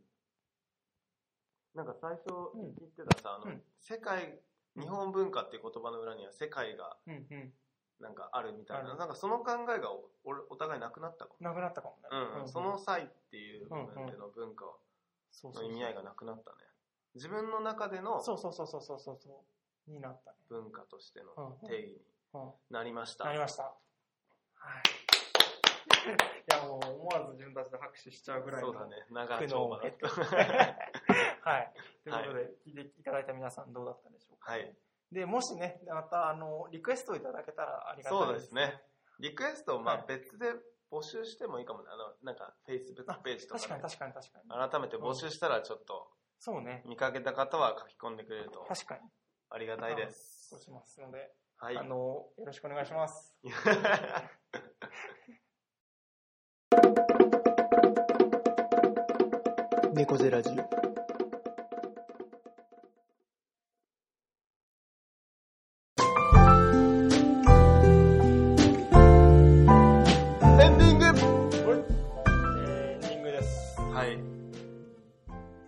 S2: なんか最初
S1: うん
S2: 言ってたさ、あ
S1: う
S2: の
S1: ん、
S2: 世界、日本文化っていう言葉の裏には世界が
S1: い。うんうん。
S2: なんかあるみたい
S1: あ
S2: な、
S1: る
S2: なんかその考えがお俺お互いなくなったかも。
S1: なくなったかもね。
S2: うん、その際っていう部分で
S1: う
S2: の文化
S1: そうそ
S2: の
S1: うそう
S2: 意味合いがなくなったね。自分の中での
S1: そうそうそうそうそうそうそう。になったね。
S2: 文化として
S1: うん
S2: の定義に
S1: うん。
S2: なりました。
S1: なりました。 はい。いや、もう思わず自分たちで拍手しちゃうぐらい
S2: そ
S1: の。
S2: うだね。
S1: 苦
S2: 長
S1: 悩
S2: 丁
S1: を
S2: 場だ
S1: 経。
S2: ってた。
S1: はい。ということで、聞いていただいた皆さんどうだったでしょうか。
S2: はい。
S1: で、もしね、また、あの、リクエストをいただけたらありが
S2: そ
S1: た
S2: う
S1: い
S2: で
S1: ですす。
S2: ね。。リクエストをま
S1: は
S2: あ
S1: い
S2: 別で募集してもいいかもね。あの、なんか Facebook ページと
S1: 確
S2: か
S1: か
S2: ね
S1: に。確かに確かに。
S2: 改めて募集したらちょっと
S1: そうね。
S2: 見かけた方は書き込んでくれると
S1: 確かに。
S2: ありがたいです。
S1: そうしますので、
S2: はい
S1: あ。の、よろしくお願いします。
S3: 猫背ラジオ
S2: エンディング
S1: エンディングです。
S2: はい。
S1: い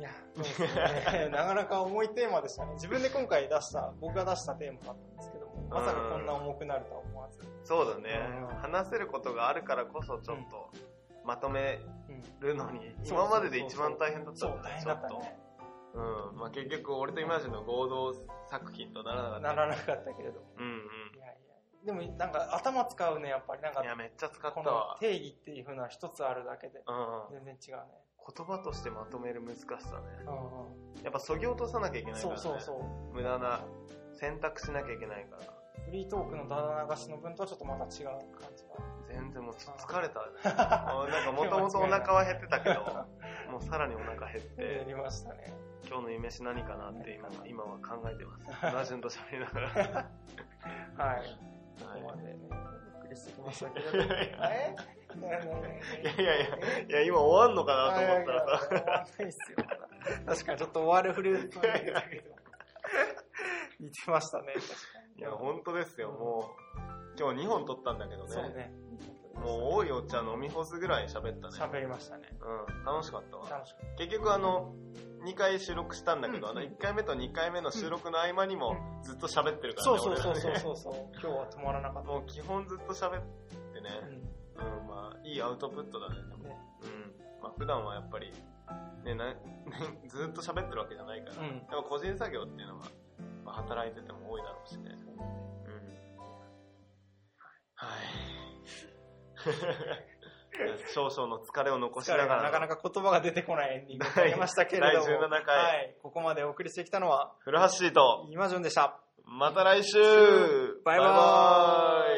S1: や、そうです ね。なかなか重いテーマでしたね。自分で今回出した、僕が出したテーマだったんですけども、まさかこんな重くなるとは思わず。
S2: そうだね
S1: うん。
S2: 話せることがあるからこそちょっとまとめ
S1: うん。
S2: るのに、
S1: そう
S2: 今までで一番大変だった
S1: そ
S2: ん
S1: う、
S2: だ
S1: 大
S2: ね、
S1: 変
S2: ち
S1: だ
S2: ょ
S1: っ
S2: ったと。
S1: ね。
S2: うん。まあ結局俺とイマジンの合同作品とならなかった。
S1: ならなかったけれども。
S2: うんうん。
S1: いやいや。でも、なんか頭使うね、やっぱり。なんか
S2: い、や、めっちゃ使っ
S1: こ
S2: た
S1: の
S2: わ。
S1: 定義っていうふうな一つあるだけで、
S2: うん。
S1: 全然違うね。
S2: 言葉としてまとめる難しさね。
S1: うん
S2: やっぱそぎ落とさなきゃいけ
S1: うん。
S2: ないか
S1: そ
S2: ら、
S1: う
S2: ね。
S1: そうそう。
S2: 無駄な選択しなきゃいけないから。
S1: フリートークのダダ流しの分とはちょっとまた違う感じが。
S2: 全然もうつ疲れ た。もうなんかもともとお腹は減ってたけど、もうさらにお腹減って
S1: や、りましたね。
S2: 今日の夢し何かなって今今は考えて ます。マジンと喋りながら。
S1: はい。こ
S2: は
S1: こま
S2: い
S1: でね、お送りしてきましたけれ
S2: い
S1: ども。
S2: やいや
S1: えねえねえね
S2: い
S1: え
S2: やいや、いや今終わんのかなと思ったらさ。
S1: 終わんないっすよ。確かにちょっと終わるフルーツなんだけど似てましたね、確かに。
S2: いや、本当ですよ、もう。今日2本撮ったんだけど
S1: そう
S2: ね。
S1: ね。
S2: もう多いお茶飲み干すぐらい喋ったね。
S1: 喋りましたね。
S2: うん、楽しかったわ。
S1: 楽しかっ
S2: 結局あの、2回収録したんだけど、
S1: うん
S2: あの1回目と2回目の収録の合間にもずっと喋ってる
S1: た。
S2: から
S1: そ
S2: ね。
S1: うそうそ
S2: 俺ら
S1: う そう
S2: ね
S1: そうそう。今日は止まらなかっ
S2: もう基本ずっと喋って
S1: た。う
S2: ね、
S1: ん
S2: うん、まあ、いいアウトプットだね。
S1: ね
S2: うん。まあ、普段はやっぱり、ね、な ずっと喋ってるわけじゃないから、
S1: うん
S2: やっぱ個人作業っていうのは、まあ、働いてて も多いだろうしね。うん。はい。 少々の疲れを残し
S1: 疲
S2: な
S1: れ
S2: が
S1: が
S2: ら
S1: なかなか言葉が出てこないエンディングになりましたけれども、
S2: 第17回
S1: はい、ここまでお送りしてきたのは、
S2: 古橋シート
S1: イマジョンでした。
S2: また来週
S1: バイバーイ